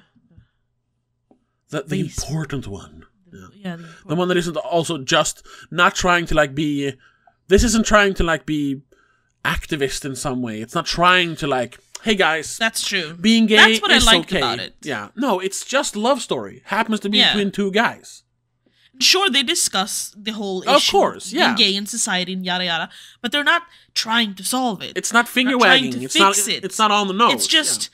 Speaker 1: the, the
Speaker 2: please.
Speaker 1: important one, Yeah.
Speaker 2: the yeah. the
Speaker 1: the one that isn't also just not trying to like be. This isn't trying to like be activist in some way. It's not trying to like, hey guys,
Speaker 2: that's true.
Speaker 1: being gay
Speaker 2: That's what I
Speaker 1: is
Speaker 2: liked
Speaker 1: okay.
Speaker 2: about it.
Speaker 1: Yeah, no, it's just love story. Happens to be
Speaker 2: Yeah.
Speaker 1: between two guys.
Speaker 2: sure they discuss the whole issue
Speaker 1: Of course,
Speaker 2: being
Speaker 1: yeah.
Speaker 2: gay in society and yada yada but they're not trying to solve it it's,
Speaker 1: It's not finger
Speaker 2: trying
Speaker 1: wagging.
Speaker 2: to
Speaker 1: It's not.
Speaker 2: fix it.
Speaker 1: It's not on the nose.
Speaker 2: just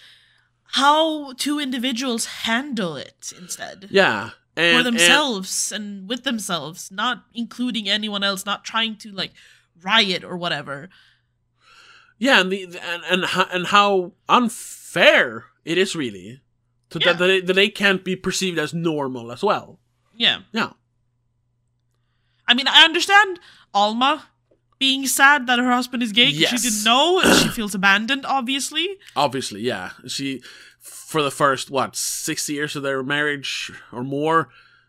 Speaker 2: how two individuals handle it instead
Speaker 1: yeah, yeah. and
Speaker 2: for
Speaker 1: and-
Speaker 2: themselves and, with themselves not including anyone else not trying to like riot or whatever
Speaker 1: yeah, and the and and ho- and how unfair It is really. So
Speaker 2: Yeah.
Speaker 1: that, that, they, that they can't be perceived as normal as well.
Speaker 2: Yeah.
Speaker 1: Yeah.
Speaker 2: I mean, I understand Alma being sad that her husband is gay 'cause
Speaker 1: Yes.
Speaker 2: she didn't know and she feels abandoned, obviously.
Speaker 1: Obviously, yeah. She, for the first, what, six years of their marriage or more,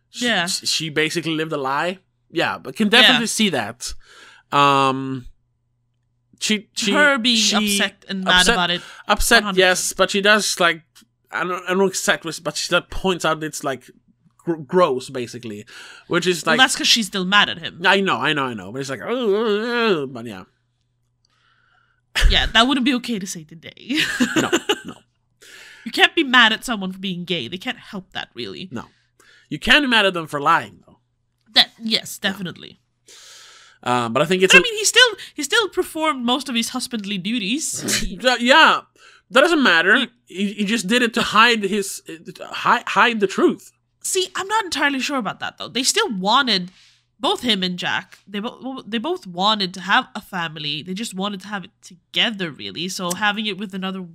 Speaker 1: she,
Speaker 2: Yeah.
Speaker 1: she basically lived a lie. Yeah, but can definitely
Speaker 2: Yeah.
Speaker 1: see that. Um, she, she,
Speaker 2: her being
Speaker 1: she-
Speaker 2: upset and mad
Speaker 1: upset-
Speaker 2: about it.
Speaker 1: Upset,
Speaker 2: 100%.
Speaker 1: yes, but she does like I don't, I don't know exactly, but she like, points out it's like gr- gross, basically, which is
Speaker 2: well,
Speaker 1: like
Speaker 2: that's because she's still mad at him.
Speaker 1: I know, I know, I know, but it's like oh, but yeah,
Speaker 2: yeah, that wouldn't be okay to say today.
Speaker 1: no, no,
Speaker 2: you can't be mad at someone for being gay. They can't help that, really.
Speaker 1: no. You can be mad at them for lying though,
Speaker 2: That yes, definitely.
Speaker 1: um, but I think it's
Speaker 2: But I
Speaker 1: a-
Speaker 2: mean, he still he still performed most of his husbandly duties. He-
Speaker 1: Th- yeah, that doesn't matter. He, he just did it to hide his uh, hide hide the truth.
Speaker 2: See, I'm not entirely sure about that though. They still wanted both him and Jack. They both they both wanted to have a family. They just wanted to have it together, really. So having it with another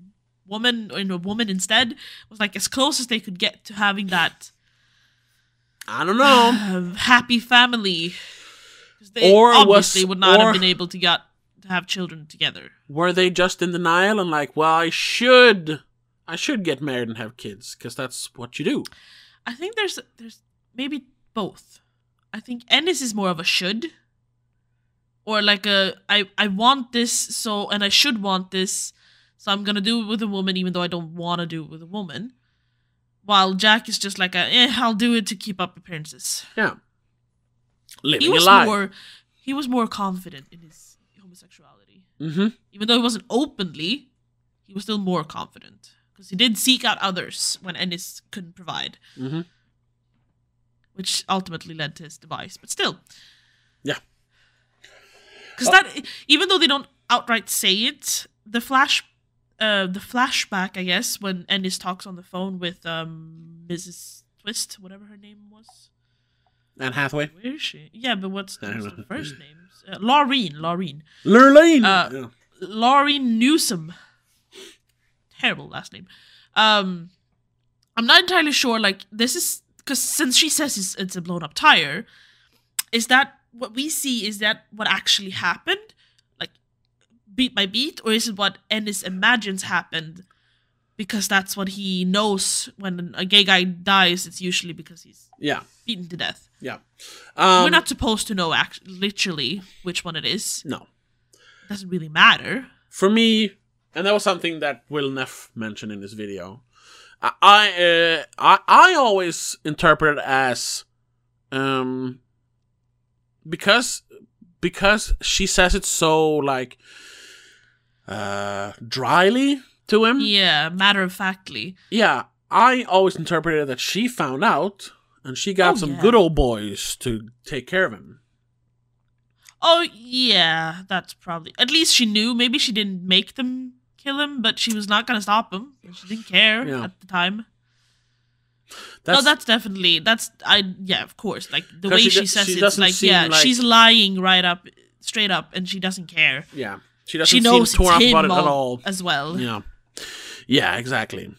Speaker 2: woman or in a woman instead was like as close as they could get to having that
Speaker 1: I don't know.
Speaker 2: um, happy family. 'Cause They
Speaker 1: Or was-
Speaker 2: obviously would not
Speaker 1: or-
Speaker 2: have been able to get to have children together.
Speaker 1: Were they just in denial and like, well, I should, I should get married and have kids because that's what you do.
Speaker 2: I think there's there's maybe both. I think Ennis is more of a should, or like a I I want this so and I should want this, so I'm gonna do it with a woman even though I don't want to do it with a woman. While Jack is just like a, eh, I'll do it to keep up appearances.
Speaker 1: Yeah, living
Speaker 2: He was
Speaker 1: a lie.
Speaker 2: more he was more confident in his homosexuality,
Speaker 1: hmm
Speaker 2: even though he wasn't openly. He was still more confident because he did seek out others when Ennis couldn't provide.
Speaker 1: hmm
Speaker 2: which ultimately led to his demise. But still,
Speaker 1: Yeah.
Speaker 2: because that even though they don't outright say it, the flash, uh, the flashback, I guess, when Ennis talks on the phone with um Mrs. Twist, whatever her name was.
Speaker 1: Anne Hathaway,
Speaker 2: Where is she? Yeah, but what's
Speaker 1: I don't
Speaker 2: what's
Speaker 1: know.
Speaker 2: the first name? Uh, Laureen. Laureen.
Speaker 1: Lurleen.
Speaker 2: Uh,
Speaker 1: Yeah.
Speaker 2: Laurie Newsom. Terrible last name. Um, I'm not entirely sure. Like this is because since she says it's, it's a blown up tire, is that what we see? Is that what actually happened, like beat by beat, or is it what Ennis imagines happened? Because that's what he knows. When a gay guy dies, it's usually because he's
Speaker 1: yeah,
Speaker 2: beaten to death.
Speaker 1: yeah. Um,
Speaker 2: We're not supposed to know act- literally which one it is.
Speaker 1: no.
Speaker 2: doesn't really matter.
Speaker 1: for me, and that was something that Will Neff mentioned in this video. I I uh, I, I always interpret it as, um, because because she says it so like, uh, dryly to him.
Speaker 2: Yeah, matter of factly.
Speaker 1: Yeah, I always interpreted that she found out and she got
Speaker 2: Oh,
Speaker 1: some
Speaker 2: yeah.
Speaker 1: good old boys to take care of him.
Speaker 2: Oh yeah, that's probably. At least she knew. Maybe she didn't make them kill him, but she was not gonna stop him. She didn't care
Speaker 1: Yeah.
Speaker 2: at the time.
Speaker 1: That's,
Speaker 2: no, that's definitely that's I yeah, of course. Like the
Speaker 1: 'Cause
Speaker 2: way
Speaker 1: she
Speaker 2: she,
Speaker 1: do-
Speaker 2: says
Speaker 1: she
Speaker 2: it's
Speaker 1: doesn't
Speaker 2: like
Speaker 1: seem
Speaker 2: yeah,
Speaker 1: like-
Speaker 2: she's lying right up, straight up, and she doesn't care.
Speaker 1: yeah. She doesn't
Speaker 2: She knows
Speaker 1: seem torn
Speaker 2: it's
Speaker 1: up
Speaker 2: him
Speaker 1: about it at
Speaker 2: all-
Speaker 1: all.
Speaker 2: as well.
Speaker 1: Yeah, yeah, exactly.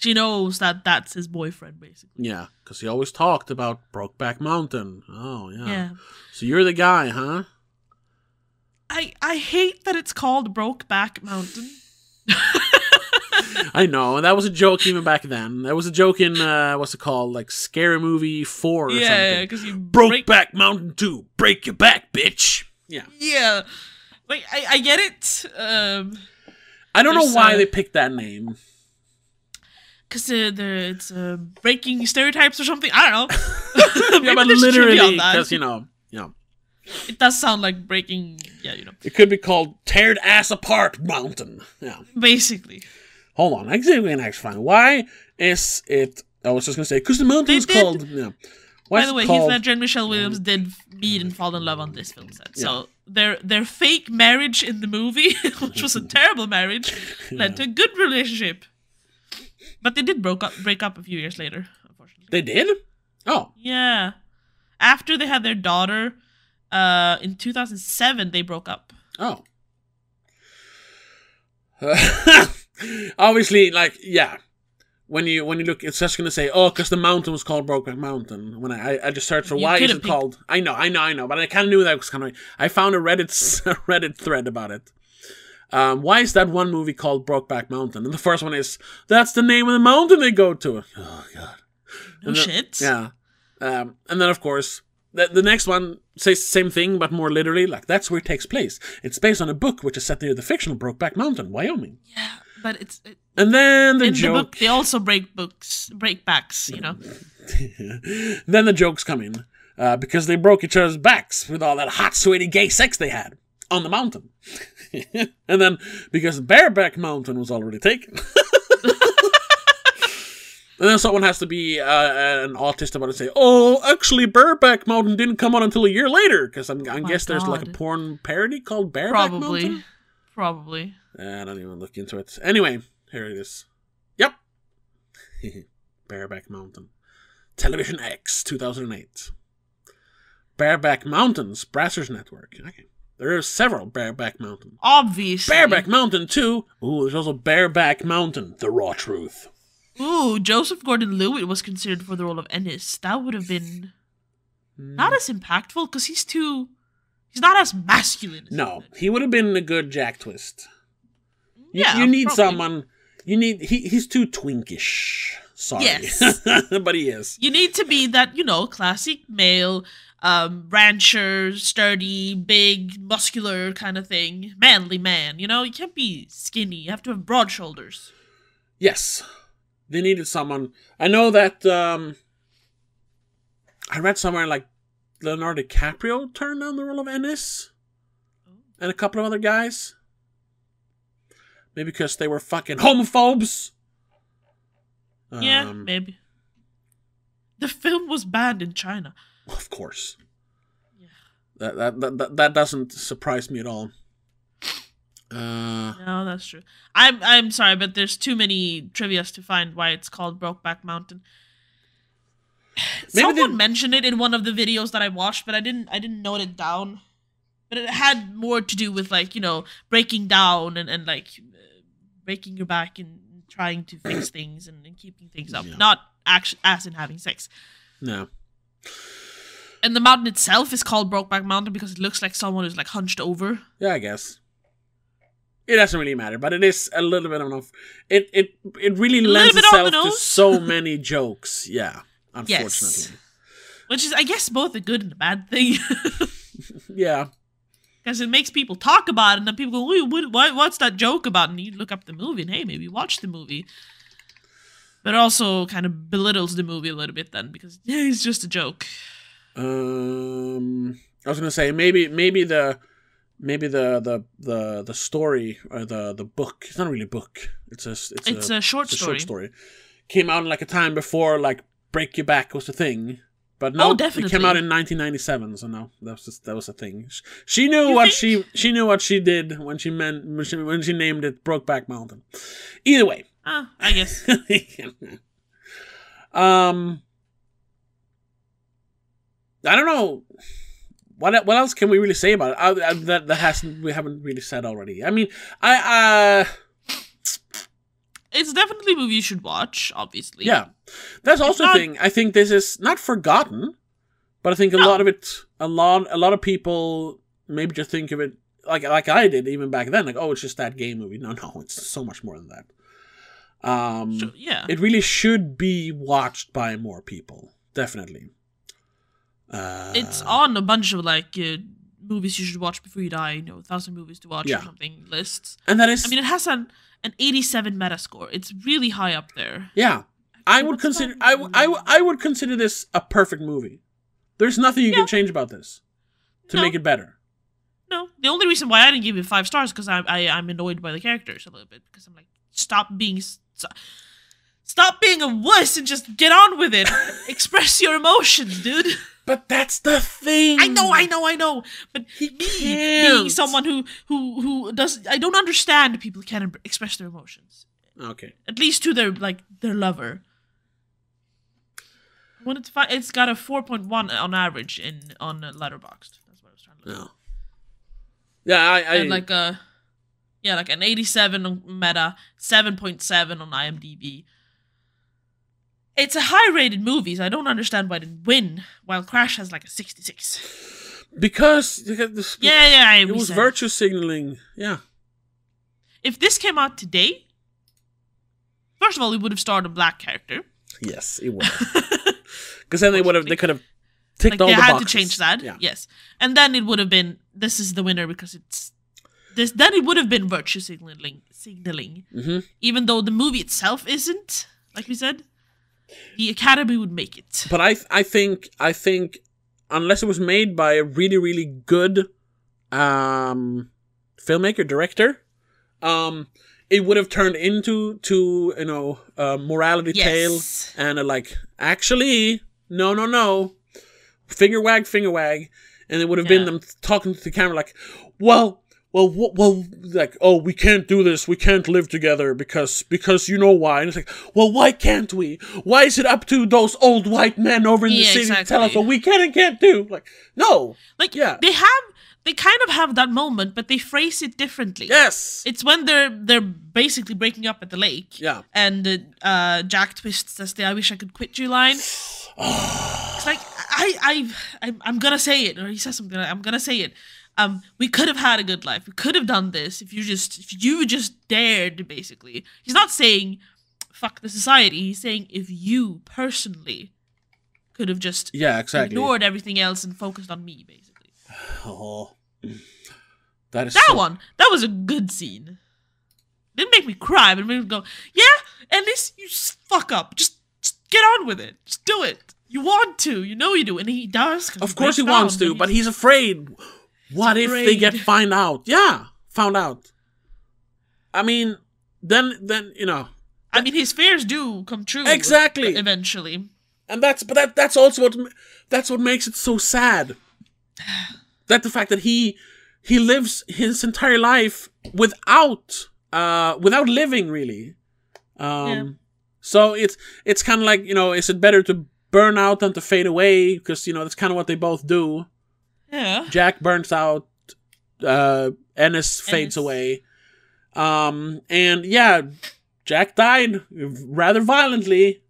Speaker 2: She knows that that's his boyfriend basically.
Speaker 1: Yeah, because he always talked about Brokeback Mountain. Oh, yeah.
Speaker 2: Yeah.
Speaker 1: So you're the guy, huh?
Speaker 2: I I hate that it's called Brokeback Mountain.
Speaker 1: I know. and That was a joke even back then. That was a joke in, uh, what's it called? Like Scary Movie 4 or
Speaker 2: yeah,
Speaker 1: something.
Speaker 2: because you break
Speaker 1: Brokeback Mountain 2. Break your back, bitch. Yeah.
Speaker 2: Yeah. Like I, I get it. Um
Speaker 1: I don't know
Speaker 2: There's,
Speaker 1: why
Speaker 2: uh,
Speaker 1: they picked that name.
Speaker 2: because uh, the it's uh, breaking stereotypes or something. I don't know.
Speaker 1: yeah,
Speaker 2: Maybe
Speaker 1: but
Speaker 2: there's trivia on
Speaker 1: literally,
Speaker 2: that.
Speaker 1: because, you know, you know,
Speaker 2: it does sound like breaking. Yeah, you know,
Speaker 1: it could be called Teared Ass Apart Mountain. Yeah.
Speaker 2: basically
Speaker 1: Hold on. I can an actually find Why is it. I was just going to say, because the mountain
Speaker 2: They
Speaker 1: is
Speaker 2: did-
Speaker 1: called. Yeah. Why
Speaker 2: By
Speaker 1: is
Speaker 2: the
Speaker 1: it
Speaker 2: way, Heath
Speaker 1: called-
Speaker 2: Ledger and Michelle Williams did meet and fall in love on this film set. So their their fake marriage in the movie, which was a terrible marriage, led to a good relationship. But they did broke up break up a few years later, unfortunately.
Speaker 1: They did? Oh.
Speaker 2: Yeah. After they had their daughter, uh, in 2007 they broke up.
Speaker 1: Oh. Uh, Obviously, like, yeah. when you when you look, it's just gonna say, "Oh, because the mountain was called Brokeback Mountain." When I I, I just searched for
Speaker 2: You
Speaker 1: why is
Speaker 2: could've
Speaker 1: it
Speaker 2: picked-
Speaker 1: called? I know, I know, I know, but I kind of knew that was coming. I found a Reddit s- a Reddit thread about it. Um, why is that one movie called Brokeback Mountain? And the first one is that's the name of the mountain they go to. Oh God.
Speaker 2: No
Speaker 1: And the-
Speaker 2: shit.
Speaker 1: Yeah. Um, and then, of course, the, the next one says the same thing, but more literally. Like, that's where it takes place. It's based on a book which is set near the fictional Brokeback Mountain, Wyoming.
Speaker 2: Yeah, but it's it,
Speaker 1: And then the
Speaker 2: in the
Speaker 1: joke.
Speaker 2: book. They also break books, break backs. You know.
Speaker 1: then the jokes come in uh, because they broke each other's backs with all that hot, sweaty gay sex they had on the mountain. and then because Bareback Mountain was already taken. And then someone has to be uh, an autist about it and say, "Oh, actually, Bareback Mountain didn't come out until a year later." Because I'm, I
Speaker 2: My
Speaker 1: guess there's like a
Speaker 2: God.
Speaker 1: porn parody called Bareback Mountain.
Speaker 2: Probably. Probably.
Speaker 1: Eh, I don't even look into it. Anyway, here it is. Yep. Bareback Mountain. Television X, 2008. Bareback Mountains, Brassers Network. Okay. There are several Bareback Mountain.
Speaker 2: Obviously.
Speaker 1: Bareback Mountain 2. Ooh, there's also Bareback Mountain, The Raw Truth.
Speaker 2: Ooh, Joseph Gordon-Levitt was considered for the role of Ennis. That would have been
Speaker 1: Hmm.
Speaker 2: not as impactful because he's too. He's not as masculine. as
Speaker 1: No,
Speaker 2: Ennis.
Speaker 1: he would have been a good Jack Twist. You,
Speaker 2: Yeah,
Speaker 1: you need
Speaker 2: probably.
Speaker 1: someone. You need. He, he's too twinkish. Sorry.
Speaker 2: Yes.
Speaker 1: but he is.
Speaker 2: You need to be that you know classic male, um, rancher, sturdy, big, muscular kind of thing, manly man. You know you can't be skinny. You have to have broad shoulders.
Speaker 1: Yes. They needed someone. I know that um I read somewhere like Leonardo DiCaprio turned down the role of Ennis and a couple of other guys. Maybe because they were fucking homophobes.
Speaker 2: yeah,
Speaker 1: Um,
Speaker 2: maybe. The film was banned in China.
Speaker 1: Of course.
Speaker 2: Yeah.
Speaker 1: That, that that that that doesn't surprise me at all. Uh
Speaker 2: No, that's true. I'm I'm sorry, but there's too many trivia's to find why it's called Brokeback Mountain.
Speaker 1: they-
Speaker 2: Someone mentioned it in one of the videos that I watched, but I didn't I didn't note it down. But it had more to do with like you know breaking down and and like uh, breaking your back and trying to fix things and, and keeping things up,
Speaker 1: Yeah.
Speaker 2: not action as in having sex.
Speaker 1: no.
Speaker 2: And the mountain itself is called Brokeback Mountain because it looks like someone is like hunched over.
Speaker 1: Yeah, I guess. It doesn't really matter, but it is a little bit of an off. It it it really
Speaker 2: little
Speaker 1: lends
Speaker 2: bit on the
Speaker 1: itself to
Speaker 2: nose.
Speaker 1: so many jokes. Yeah,
Speaker 2: Yes,
Speaker 1: unfortunately.
Speaker 2: which is I guess both a good and a bad thing.
Speaker 1: Yeah,
Speaker 2: because it makes people talk about it, and then people go, "Wait, what, what, what's that joke about?" And you look up the movie, and hey, maybe watch the movie. But it also kind of belittles the movie a little bit then, because yeah, it's just a joke.
Speaker 1: Um, I was gonna say maybe maybe the maybe the the the the story or the the book. It's not really a book. It's a it's,
Speaker 2: It's a short
Speaker 1: it's a
Speaker 2: story.
Speaker 1: short story. Came out in like a time before like Break Your Back was a thing. But no,
Speaker 2: Oh,
Speaker 1: it came out
Speaker 2: definitely.
Speaker 1: in 1997, so no, that was just, that was a thing. Sh- She knew
Speaker 2: You
Speaker 1: what she
Speaker 2: think?
Speaker 1: she knew what she did when she meant when she, when she named it Brokeback Mountain. Either way,
Speaker 2: Ah, I guess.
Speaker 1: um, I don't know. What el- what else can we really say about it? I, I, that that hasn't we haven't really said already. I mean, I uh
Speaker 2: it's definitely a movie you should watch, obviously.
Speaker 1: yeah, that's also a
Speaker 2: not-
Speaker 1: thing. I think this is not forgotten, but I think a
Speaker 2: No.
Speaker 1: lot of it, a lot a lot of people maybe just think of it like like I did even back then, like oh, it's just that gay movie. No, no, it's so much more than that. Um,
Speaker 2: Sure, yeah.
Speaker 1: it really should be watched by more people definitely uh,
Speaker 2: it's on a bunch of like uh, movies you should watch before you die, you know, thousand movies to watch
Speaker 1: Yeah.
Speaker 2: or something lists.
Speaker 1: and that is
Speaker 2: I mean, it has an an 87 Metascore. It's really high up there.
Speaker 1: yeah i would
Speaker 2: What's
Speaker 1: consider
Speaker 2: that
Speaker 1: I, w- I, w- I would consider this a perfect movie there's nothing you
Speaker 2: Yeah.
Speaker 1: can change about this to
Speaker 2: No.
Speaker 1: make it better
Speaker 2: No, the only reason why I didn't give it five stars because I, I I'm annoyed by the characters a little bit because I'm like, stop being, s- st- stop being a wuss and just get on with it. Express your emotions, dude.
Speaker 1: but that's the thing
Speaker 2: I know, I know, I know. But
Speaker 1: He
Speaker 2: me being
Speaker 1: can't.
Speaker 2: someone who who who does, I don't understand people who can't express their emotions
Speaker 1: okay
Speaker 2: at least to their like their lover. I wanted to find it's got a 4.1 on average in on Letterboxd. That's what I was trying to. Look.
Speaker 1: no yeah i, I
Speaker 2: and like a yeah, like an 87 on Meta, 7.7 on IMDb. It's a high rated movie, so I don't understand why it didn't win, while Crash has like a 66.
Speaker 1: Because you had this-
Speaker 2: Yeah, yeah, I
Speaker 1: it was
Speaker 2: said
Speaker 1: virtue signaling. Yeah,
Speaker 2: If this came out today, first of all, it would have starred a black character.
Speaker 1: yes, it was. Because then they would have, they could have ticked
Speaker 2: Like,
Speaker 1: all
Speaker 2: they
Speaker 1: the
Speaker 2: had
Speaker 1: boxes.
Speaker 2: to change that.
Speaker 1: Yeah.
Speaker 2: Yes. And then it would have been this is the winner because it's this then it would have been virtue signaling signaling.
Speaker 1: Mhm.
Speaker 2: Even though the movie itself isn't, like we said, the Academy would make it.
Speaker 1: But I, I think, I think, unless it was made by a really, really good um, filmmaker director, um, it would have turned into to you know a morality
Speaker 2: Yes.
Speaker 1: tale and a, like actually no no no finger wag finger wag and it would have been
Speaker 2: Yeah.
Speaker 1: them talking to the camera like well well wh- well like oh we can't do this we can't live together because because you know why and it's like well why can't we why is it up to those old white men over in the
Speaker 2: Yeah,
Speaker 1: city to tell us
Speaker 2: exactly.
Speaker 1: what we can and can't do like no
Speaker 2: Like
Speaker 1: Yeah.
Speaker 2: they have they kind of have that moment, but they phrase it differently.
Speaker 1: yes
Speaker 2: It's when they're they're basically breaking up at the lake.
Speaker 1: Yeah.
Speaker 2: And uh, uh, Jack twists says the "I wish I could quit you" line. it's like I I I'm, I'm gonna say it, or he says something. Like, I'm gonna say it. Um, we could have had a good life. We could have done this if you just if you just dared. Basically, he's not saying fuck the society. He's saying if you personally could have just
Speaker 1: yeah exactly
Speaker 2: ignored everything else and focused on me. Basically,
Speaker 1: Oh, that is
Speaker 2: that
Speaker 1: so-
Speaker 2: one that was a good scene didn't make me cry but it made me go yeah at least you just fuck up just, just get on with it just do it you want to you know you do and he does 'cause
Speaker 1: Of
Speaker 2: he
Speaker 1: course
Speaker 2: breaks
Speaker 1: he wants
Speaker 2: down,
Speaker 1: to, but he's afraid. What if they
Speaker 2: afraid.
Speaker 1: get find out? Yeah, found out. I mean, then then you know,
Speaker 2: i mean his fears do come true
Speaker 1: Exactly.
Speaker 2: eventually
Speaker 1: and that's but that that's also what m- that's what makes it so sad. That the fact that he he lives his entire life without uh without living really. Um
Speaker 2: Yeah.
Speaker 1: so it's it's kind of like, you know, is it better to burn out than to fade away because you know, that's kind of what they both do.
Speaker 2: yeah
Speaker 1: Jack burns out. Uh, Ennis fades
Speaker 2: Ennis.
Speaker 1: away. Um, and yeah, Jack died rather violently,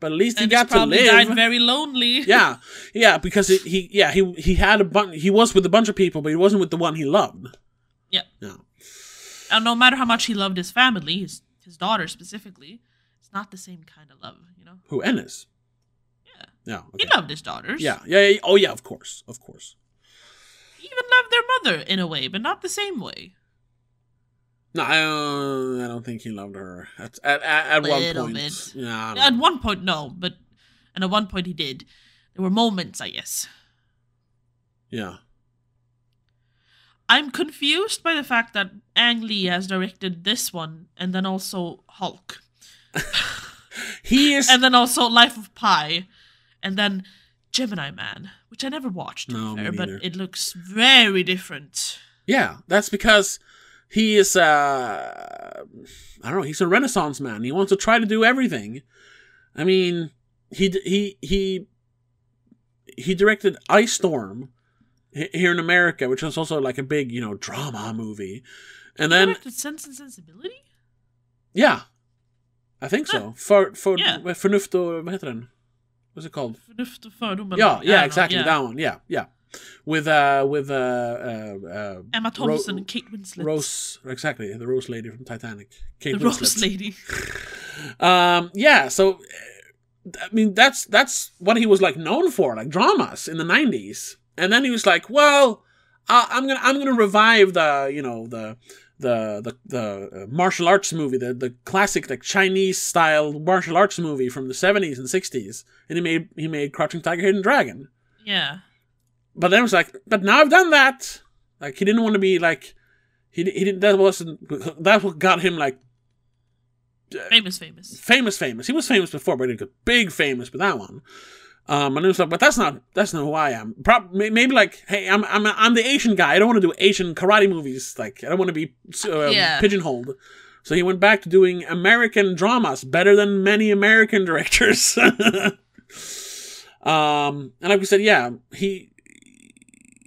Speaker 1: but at least
Speaker 2: and
Speaker 1: he
Speaker 2: he's
Speaker 1: got to
Speaker 2: probably
Speaker 1: live.
Speaker 2: died very lonely
Speaker 1: yeah, yeah, because it, he yeah he he had a bun- he was with a bunch of people, but he wasn't with the one he loved.
Speaker 2: yeah
Speaker 1: Yeah,
Speaker 2: and no matter how much he loved his family his his daughter specifically it's not the same kind of love you know
Speaker 1: who Ennis? Yeah, yeah,
Speaker 2: he
Speaker 1: okay.
Speaker 2: loved his daughters
Speaker 1: yeah, yeah, yeah. Oh yeah, of course, of course.
Speaker 2: he even loved their mother in a way but not the same way
Speaker 1: No, I, uh, I don't think he loved her at at, at, at one
Speaker 2: Little
Speaker 1: point.
Speaker 2: bit.
Speaker 1: Yeah, I don't
Speaker 2: At one point, no, but and at one point he did. There were moments, I guess.
Speaker 1: yeah.
Speaker 2: I'm confused by the fact that Ang Lee has directed this one, and then also Hulk,
Speaker 1: He is
Speaker 2: and then also Life of Pi, and then Gemini Man, which I never watched, to be
Speaker 1: No, me
Speaker 2: fair, but
Speaker 1: neither.
Speaker 2: it looks very different.
Speaker 1: Yeah, that's because he is uh I don't know, he's a renaissance man. He wants to try to do everything. I mean, he d- he he he directed Ice Storm he- here in America, which was also like a big, you know, drama movie. And
Speaker 2: He
Speaker 1: then
Speaker 2: directed Sense and Sensibility.
Speaker 1: yeah. I think so. For for eh,
Speaker 2: Yeah.
Speaker 1: Förnuft och vad heter den? What's it called?
Speaker 2: Förnuft och fördomar. I
Speaker 1: Yeah,
Speaker 2: don't
Speaker 1: yeah,
Speaker 2: know,
Speaker 1: exactly.
Speaker 2: yeah.
Speaker 1: That one. Yeah, yeah. With uh with uh uh, uh
Speaker 2: Emma
Speaker 1: Ro-
Speaker 2: Thompson, and Kate Winslet,
Speaker 1: Rose, exactly, the Rose Lady from Titanic. Kate
Speaker 2: the
Speaker 1: Winslet.
Speaker 2: Rose Lady.
Speaker 1: Um, yeah, so uh, I mean that's that's what he was like known for, like dramas in the '90s, and then he was like, well, I I'm gonna I'm gonna revive the you know the the the, the uh, martial arts movie, the the classic like Chinese style martial arts movie from the '70s and '60s, and he made he made Crouching Tiger, Hidden Dragon
Speaker 2: Yeah,
Speaker 1: but then it was like, but now I've done that. Like he didn't want to be like, he he didn't. That wasn't that what got him like
Speaker 2: famous, famous.
Speaker 1: famous. Famous. He was famous before, but he got big famous with that one. Um, and it was like, but that's not that's not who I am. Prob- may- maybe like, hey, I'm I'm I'm the Asian guy. I don't want to do Asian karate movies. Like I don't want to be uh,
Speaker 2: Yeah.
Speaker 1: pigeonholed. So he went back to doing American dramas, better than many American directors. um, and like we said, yeah, he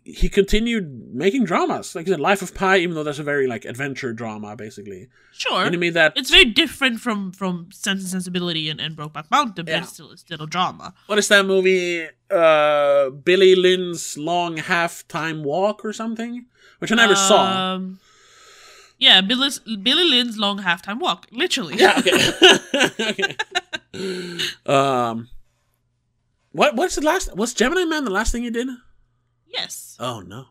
Speaker 1: he continued making dramas. Like I said, Life of Pi, even though that's a very like adventure drama, basically.
Speaker 2: Sure.
Speaker 1: And he made that.
Speaker 2: It's very different from from Sense and Sensibility and, and Brokeback Mountain, but
Speaker 1: Yeah.
Speaker 2: it's still it's still a drama.
Speaker 1: What is that movie? Uh, Billy Lynn's Long Half Time Walk or something, which I never saw.
Speaker 2: Um, yeah, Billy Billy Lynn's long halftime walk, literally.
Speaker 1: Yeah. Okay. okay. Um. What What's the last? Was Gemini Man the last thing you did?
Speaker 2: yes.
Speaker 1: Oh no.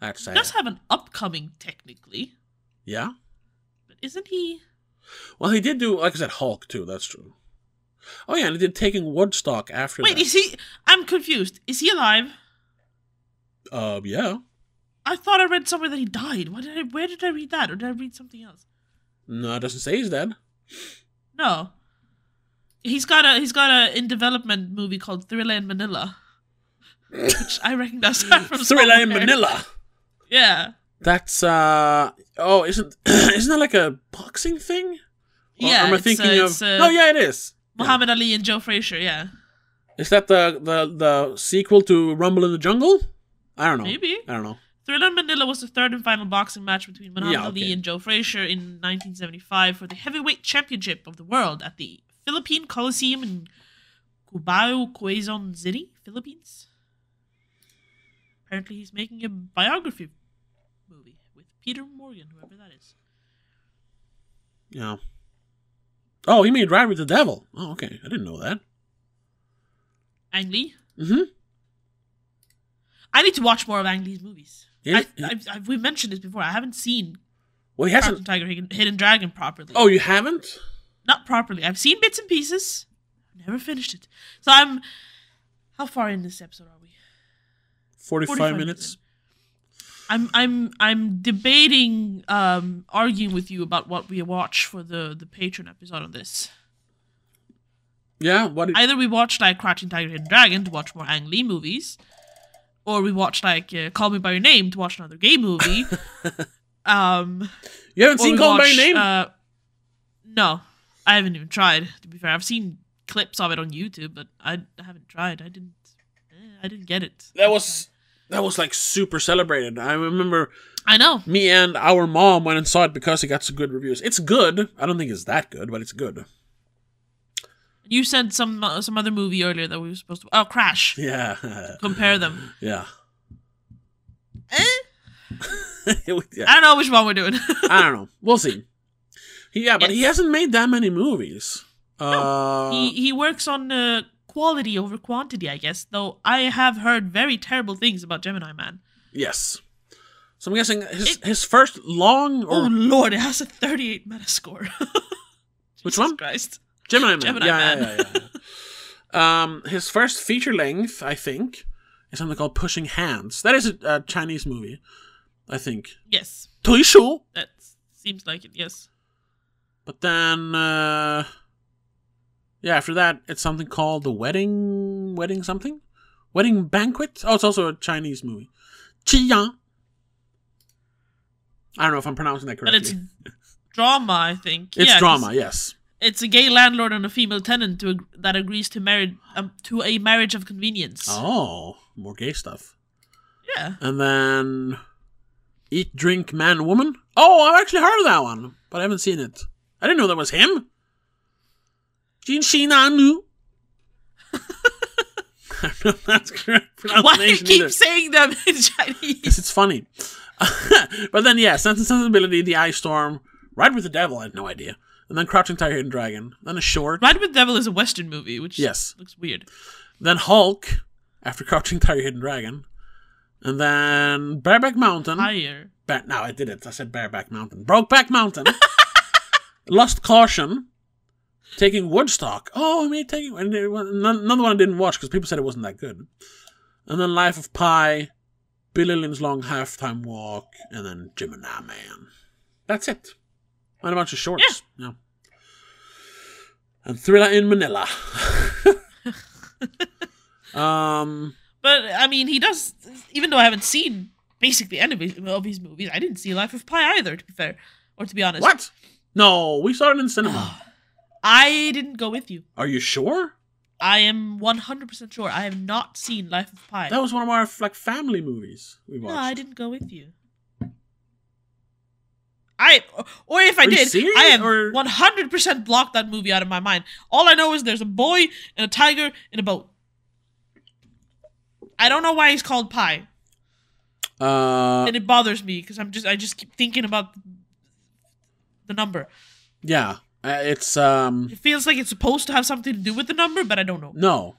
Speaker 1: That's sad.
Speaker 2: He does have an upcoming technically,
Speaker 1: yeah.
Speaker 2: but isn't he?
Speaker 1: Well, he did do, like I said, Hulk too. That's true. Oh yeah, and he did Taking Woodstock after
Speaker 2: Wait,
Speaker 1: that.
Speaker 2: is he? I'm confused. Is he alive?
Speaker 1: Uh, yeah.
Speaker 2: I thought I read somewhere that he died. Why did I, where did I read that, or did I read something else?
Speaker 1: No, it doesn't say he's dead.
Speaker 2: No. He's got a he's got a in development movie called Thriller in Manila, which I recognize that from
Speaker 1: Thriller in
Speaker 2: somewhere.
Speaker 1: Manila.
Speaker 2: Yeah.
Speaker 1: That's uh oh, isn't isn't that like a boxing thing? Or
Speaker 2: yeah.
Speaker 1: am I
Speaker 2: it's,
Speaker 1: thinking
Speaker 2: uh,
Speaker 1: of?
Speaker 2: it's, uh,
Speaker 1: no, yeah, it is.
Speaker 2: Muhammad Ali and Joe Frazier. Yeah.
Speaker 1: Is that the the the sequel to Rumble in the Jungle? I don't know.
Speaker 2: Maybe.
Speaker 1: I don't know.
Speaker 2: Thriller in Manila was the third and final boxing match between Muhammad
Speaker 1: Yeah, okay.
Speaker 2: Ali and Joe Frazier in 1975 for the heavyweight championship of the world at the Philippine Coliseum in Cubao, Quezon City, Philippines. Apparently, he's making a biography movie with Peter Morgan, whoever that is.
Speaker 1: Yeah. Oh, he made Ride with the Devil. Oh, okay. I didn't know that.
Speaker 2: Ang Lee.
Speaker 1: Mm-hmm.
Speaker 2: I need to watch more of Ang Lee's movies.
Speaker 1: Yeah,
Speaker 2: I,
Speaker 1: yeah.
Speaker 2: I've, I've, we mentioned this before. I haven't seen
Speaker 1: Well, he
Speaker 2: Captain
Speaker 1: hasn't.
Speaker 2: Tiger, Hidden Hidden Dragon properly.
Speaker 1: Oh, you haven't?
Speaker 2: not properly. I've seen bits and pieces. I've never finished it. So I'm how far in this episode are we?
Speaker 1: Forty-five,
Speaker 2: 45
Speaker 1: minutes.
Speaker 2: I'm I'm I'm debating um arguing with you about what we watch for the the patron episode on this.
Speaker 1: Yeah. What? Did,
Speaker 2: Either we watch like Crouching Tiger Hidden Dragon to watch more Ang Lee movies or we watch like uh, Call Me by Your Name to watch another gay movie. um
Speaker 1: you haven't
Speaker 2: or we
Speaker 1: seen Call Me by
Speaker 2: watch,
Speaker 1: Your Name?
Speaker 2: Uh, no, I haven't even tried. To be fair, I've seen clips of it on YouTube, but I haven't tried. I didn't. eh, I didn't get it.
Speaker 1: that was that was like super celebrated. I remember
Speaker 2: I know.
Speaker 1: me and our mom went and saw it because it got some good reviews. It's good. I don't think it's that good, but it's good.
Speaker 2: You sent some uh, some other movie earlier that we were supposed to. Oh, Crash.
Speaker 1: Yeah,
Speaker 2: Compare them.
Speaker 1: yeah.
Speaker 2: Eh?
Speaker 1: yeah.
Speaker 2: I don't know which one we're doing.
Speaker 1: I don't know. We'll see. He- Yeah, but he
Speaker 2: Yes.
Speaker 1: hasn't made that many movies. Uh,
Speaker 2: he he works on uh, quality over quantity, I guess. Though I have heard very terrible things about Gemini Man.
Speaker 1: yes. So I'm guessing his
Speaker 2: It-
Speaker 1: his first long
Speaker 2: Oh
Speaker 1: or
Speaker 2: Lord, it has a 38 Metascore.
Speaker 1: Which
Speaker 2: Jesus
Speaker 1: one?
Speaker 2: Christ.
Speaker 1: Gemini Man.
Speaker 2: Gemini
Speaker 1: yeah,
Speaker 2: Man.
Speaker 1: yeah, yeah, yeah. um, his first feature length, I think, is something called Pushing Hands. That is a, a Chinese movie, I think.
Speaker 2: Yes,
Speaker 1: Toishu.
Speaker 2: that seems like it. Yes.
Speaker 1: But then, uh, yeah, after that, it's something called the wedding, wedding something, wedding banquet. Oh, it's also a Chinese movie. Qiyang. I don't know if I'm pronouncing that
Speaker 2: But
Speaker 1: correctly.
Speaker 2: it's drama, I think.
Speaker 1: It's
Speaker 2: Yeah, 'cause
Speaker 1: drama, yes.
Speaker 2: It's a gay landlord and a female tenant to ag- that agrees to marry um, to a marriage of convenience.
Speaker 1: Oh, more gay stuff.
Speaker 2: Yeah,
Speaker 1: And then, eat, drink, man, woman. Oh, I've actually heard of that one, but I haven't seen it. I didn't know that was him. Jin Shi Nanu. I don't know if that's correct
Speaker 2: why do you
Speaker 1: pronunciation
Speaker 2: keep
Speaker 1: either.
Speaker 2: saying them in Chinese?
Speaker 1: Yes, it's funny. but then, yeah, Sense and Sensibility, The Ice Storm, Ride with the Devil, I had no idea. And then Crouching Tiger, Hidden Dragon. Then a short.
Speaker 2: Ride with Devil is a Western movie, which
Speaker 1: Yes.
Speaker 2: looks weird.
Speaker 1: Then Hulk, after Crouching Tiger, Hidden Dragon. And then Bareback Mountain.
Speaker 2: Higher.
Speaker 1: Ba- no, I did it. I said Bareback Mountain. Brokeback Mountain. Lost Caution. Taking Woodstock. Oh, I mean, taking. And there was none- another one I didn't watch because people said it wasn't that good. And then Life of Pi, Billy Lynn's Long Halftime Walk, and then Gemini Man. That's it. And a bunch of shorts. Yeah. And Thriller in Manila. um.
Speaker 2: But I mean, he does. Even though I haven't seen basically any of his- of his movies, I didn't see Life of Pi either. To be fair, or to be honest,
Speaker 1: What? No, we saw it in cinema.
Speaker 2: I didn't go with you.
Speaker 1: Are you sure?
Speaker 2: I am 100% sure I have not seen Life of Pi.
Speaker 1: That was one of our like family movies we
Speaker 2: no,
Speaker 1: watched.
Speaker 2: I didn't go with you. I or if I
Speaker 1: Are you
Speaker 2: did,
Speaker 1: serious,
Speaker 2: I am
Speaker 1: or-
Speaker 2: 100% blocked that movie out of my mind. All I know is there's a boy and a tiger in a boat. I don't know why he's called Pi,
Speaker 1: Uh,
Speaker 2: and it bothers me because I'm just I just keep thinking about the number.
Speaker 1: yeah, uh, it's um
Speaker 2: It feels like it's supposed to have something to do with the number, but I don't know.
Speaker 1: no.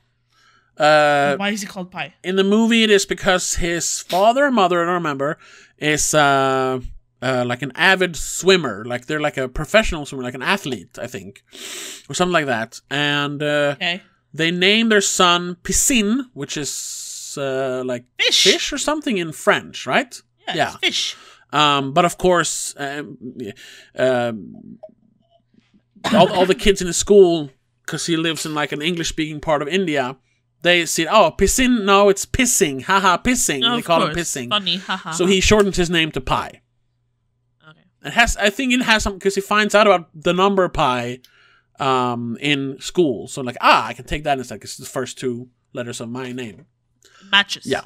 Speaker 1: Uh,
Speaker 2: why is he called Pi?
Speaker 1: in the movie, it is because his father and mother, I don't remember, is uh, uh, like an avid swimmer. Like they're like a professional swimmer, like an athlete, I think, or something like that. And uh,
Speaker 2: Okay,
Speaker 1: they name their son Piscine, which is uh, like
Speaker 2: fish.
Speaker 1: fish or something in French, right?
Speaker 2: Yeah,
Speaker 1: Yeah.
Speaker 2: fish.
Speaker 1: Um, but of course, um, yeah, um, all, all the kids in the school, because he lives in like an English speaking part of India, they see, oh, pissing. No, it's pissing. Haha, pissing.
Speaker 2: Oh,
Speaker 1: they
Speaker 2: of
Speaker 1: call
Speaker 2: course.
Speaker 1: him pissing.
Speaker 2: Funny, haha.
Speaker 1: So he shortens his name to Pi.
Speaker 2: Okay.
Speaker 1: It has, I think it has some, because he finds out about the number Pi um, in school. So, like, ah, I can take that instead, because it's the first two letters of my name.
Speaker 2: matches.
Speaker 1: Yeah.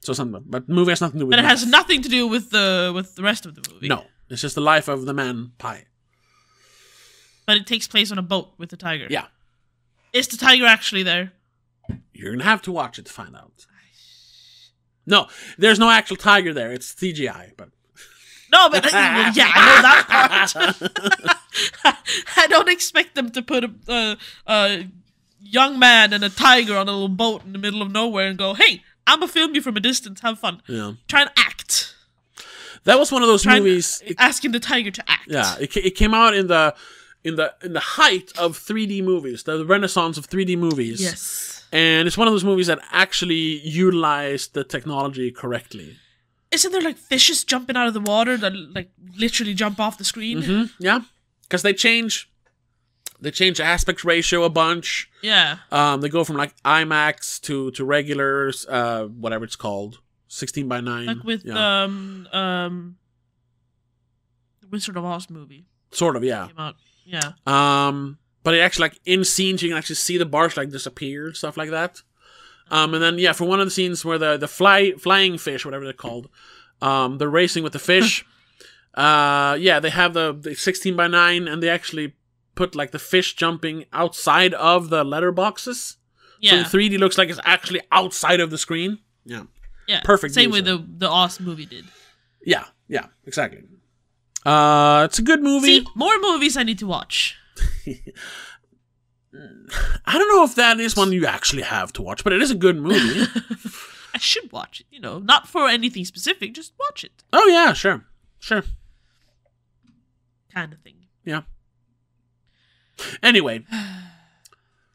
Speaker 1: So, something. But the movie has nothing to do with
Speaker 2: But it has
Speaker 1: math.
Speaker 2: nothing to do with the with the rest of the movie.
Speaker 1: No. It's just the life of the man Pi.
Speaker 2: But it takes place on a boat with the tiger.
Speaker 1: Yeah.
Speaker 2: Is the tiger actually there?
Speaker 1: You're gonna have to watch it to find out. No, there's no actual tiger there. It's CGI, but
Speaker 2: No, but yeah, I know that part. I don't expect them to put a, a, a young man and a tiger on a little boat in the middle of nowhere and go, "Hey, I'm gonna film you from a distance. Have fun.
Speaker 1: yeah,
Speaker 2: Try and act."
Speaker 1: that was one of those
Speaker 2: Try and-
Speaker 1: movies. it-
Speaker 2: asking the tiger to act.
Speaker 1: yeah, it, ca- it came out in the in the in the height of 3D movies, the renaissance of 3D movies.
Speaker 2: Yes.
Speaker 1: and it's one of those movies that actually utilized the technology correctly.
Speaker 2: Isn't there like fishes jumping out of the water that like literally jump off the screen?
Speaker 1: Hmm? Yeah, because they change they change aspect ratio a bunch.
Speaker 2: Yeah.
Speaker 1: Um, they go from like IMAX to to regulars, uh, whatever it's called, 16 by 9.
Speaker 2: like with
Speaker 1: yeah.
Speaker 2: um um the Wizard of Oz movie
Speaker 1: sort of, yeah.
Speaker 2: came out. Yeah,
Speaker 1: Um, but it actually like in scenes you can actually see the bars like disappear, stuff like that. Um, and then yeah, for one of the scenes where the the fly flying fish, whatever they're called, um, they're racing with the fish. uh, yeah, they have the, the sixteen by nine, and they actually put like the fish jumping outside of the letter boxes. So
Speaker 2: yeah,
Speaker 1: the three D looks like it's actually outside of the screen. Yeah.
Speaker 2: yeah.
Speaker 1: perfect
Speaker 2: Same way
Speaker 1: user.
Speaker 2: the the Oz movie did.
Speaker 1: Yeah. Yeah. Exactly. Uh, it's a good movie.
Speaker 2: See, more movies I need to watch.
Speaker 1: I don't know if that is one you actually have to watch, but it is a good movie.
Speaker 2: I should watch it. You know, not for anything specific, just watch it,
Speaker 1: Oh yeah, sure, sure,
Speaker 2: kind of thing.
Speaker 1: yeah. Anyway,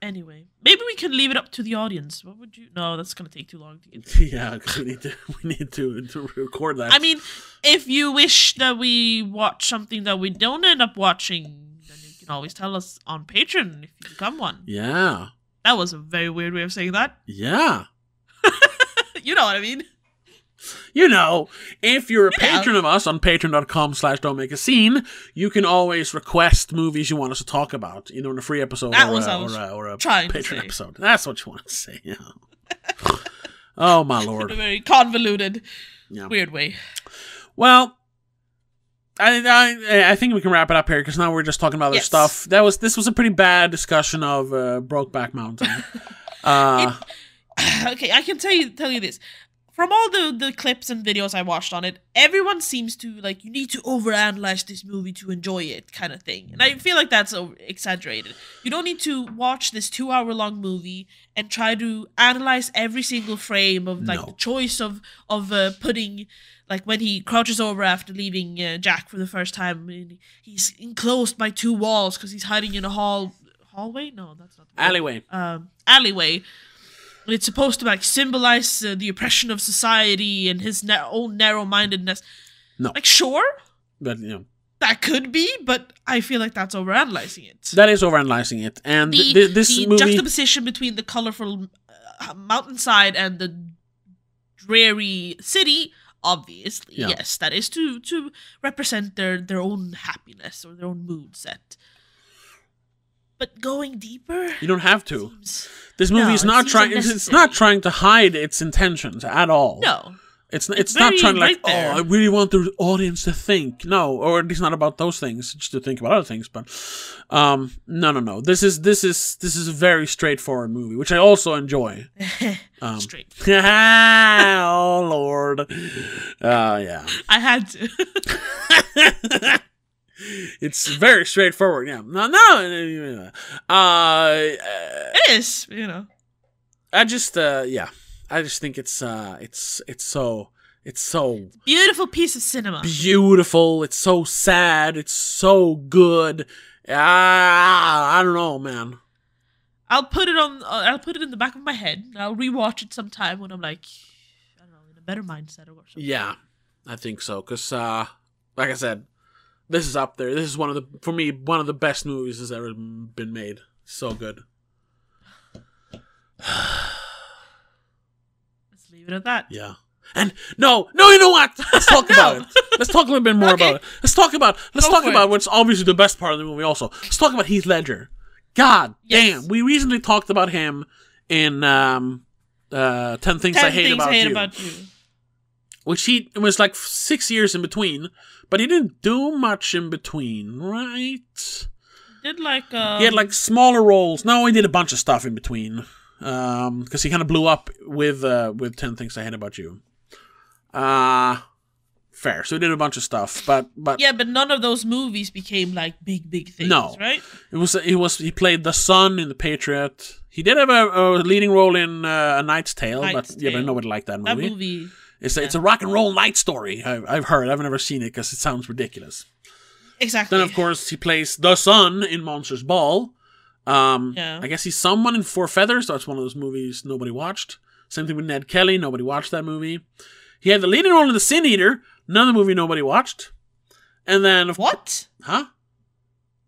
Speaker 2: Anyway, maybe we can leave it up to the audience. What would you? No, that's gonna take too long to get.
Speaker 1: yeah, 'cause we need to we need to, to record that.
Speaker 2: I mean, if you wish that we watch something that we don't end up watching, then you can always tell us on Patreon if you become one.
Speaker 1: yeah,
Speaker 2: That was a very weird way of saying that.
Speaker 1: yeah.
Speaker 2: you know what I mean.
Speaker 1: You know, if you're a
Speaker 2: Yeah.
Speaker 1: patron of us on patreon.com slash don't make a scene, you can always request movies you want us to talk about, either in a free episode
Speaker 2: That
Speaker 1: or,
Speaker 2: was
Speaker 1: a,
Speaker 2: what I was
Speaker 1: or a, or a
Speaker 2: trying to
Speaker 1: patron
Speaker 2: say.
Speaker 1: episode. That's what you want to say. Yeah. oh my
Speaker 2: In a
Speaker 1: lord.
Speaker 2: very convoluted,
Speaker 1: Yeah.
Speaker 2: weird way.
Speaker 1: Well, I, I I think we can wrap it up here because now we're just talking about other
Speaker 2: Yes.
Speaker 1: stuff. That was this was a pretty bad discussion of uh, Brokeback Mountain. uh,
Speaker 2: okay, I can tell you tell you this. From all the, the clips and videos I watched on it, everyone seems to like you need to overanalyze this movie to enjoy it kind of thing, and I feel like that's over- exaggerated. You don't need to watch this two hour long movie and try to analyze every single frame of like
Speaker 1: No.
Speaker 2: the choice of of uh, putting like when he crouches over after leaving uh, Jack for the first time, and he's enclosed by two walls because he's hiding in a hall hallway. No, that's not the word
Speaker 1: alleyway.
Speaker 2: um, alleyway. And it's supposed to like symbolize uh, the oppression of society and his na- own narrow-mindedness.
Speaker 1: No.
Speaker 2: like sure,
Speaker 1: But you know
Speaker 2: that could be, but I feel like that's overanalyzing it.
Speaker 1: that is overanalyzing it, and
Speaker 2: the
Speaker 1: th- th- this
Speaker 2: the
Speaker 1: movie.
Speaker 2: juxtaposition between the colorful uh, mountainside and the dreary city, obviously,
Speaker 1: Yeah.
Speaker 2: yes, that is to to represent their their own happiness or their own mood set. But going deeper
Speaker 1: You don't have to.
Speaker 2: seems
Speaker 1: This movie
Speaker 2: No,
Speaker 1: is
Speaker 2: it
Speaker 1: not
Speaker 2: seems
Speaker 1: trying. It's, it's not
Speaker 2: unnecessary.
Speaker 1: trying to hide its intentions at all.
Speaker 2: no.
Speaker 1: it's it's,
Speaker 2: it's
Speaker 1: it's not
Speaker 2: very
Speaker 1: trying to like.
Speaker 2: right there.
Speaker 1: Oh, I really want the audience to think. No, or at least not about those things. Just to think about other things. But, um, no, no, no. This is this is this is a very straightforward movie, which I also enjoy. Um,
Speaker 2: Straight.
Speaker 1: oh lord. Uh, yeah.
Speaker 2: I had to.
Speaker 1: it's very straightforward. Yeah. No, no. Uh, uh,
Speaker 2: it is, you know.
Speaker 1: I just uh yeah. I just think it's uh it's it's so it's so
Speaker 2: Beautiful piece of cinema.
Speaker 1: beautiful, it's so sad, it's so good. Ah, I don't know, man.
Speaker 2: I'll put it on. Uh, I'll put it in the back of my head. and I'll rewatch it sometime when I'm like, I don't know, in a better mindset or something.
Speaker 1: Yeah. I think so cuz uh like I said, this is up there. This is one of the for me one of the best movies that's ever been made. So good.
Speaker 2: Let's leave it at that.
Speaker 1: Yeah. And no, no, you know what? Let's talk about
Speaker 2: No.
Speaker 1: it. Let's talk a little bit more
Speaker 2: Okay.
Speaker 1: about it. Let's talk about let's
Speaker 2: Go
Speaker 1: talk
Speaker 2: for
Speaker 1: about
Speaker 2: it.
Speaker 1: what's obviously the best part of the movie also. Let's talk about Heath Ledger. God
Speaker 2: Yes.
Speaker 1: damn. We recently talked about him in um uh 10 things
Speaker 2: Ten
Speaker 1: I hate,
Speaker 2: things
Speaker 1: about,
Speaker 2: I hate
Speaker 1: you,
Speaker 2: about you.
Speaker 1: which he it was like 6 years in between, but he didn't do much in between, right?
Speaker 2: Did like um,
Speaker 1: he had like smaller roles. No, he did a bunch of stuff in between. Um, because he kind of blew up with uh with Ten Things I Hate About You. Uh fair. So he did a bunch of stuff, but but
Speaker 2: yeah, but none of those movies became like big big things.
Speaker 1: No.
Speaker 2: right?
Speaker 1: it was he was he played the son in the Patriot. He did have a, a leading role in uh, A Knight's Tale,
Speaker 2: Knight's
Speaker 1: but yeah, but
Speaker 2: Tale.
Speaker 1: nobody liked that movie.
Speaker 2: That movie.
Speaker 1: It's a, it's a rock and roll night story. I've, I've heard. I've never seen it because it sounds ridiculous.
Speaker 2: Exactly.
Speaker 1: Then of course he plays the son in Monsters Ball. Um,
Speaker 2: Yeah.
Speaker 1: I guess he's someone in Four Feathers. That's one of those movies nobody watched. Same thing with Ned Kelly. Nobody watched that movie. He had the leading role in The Sin Eater. Another movie nobody watched. And then of
Speaker 2: What?
Speaker 1: Huh?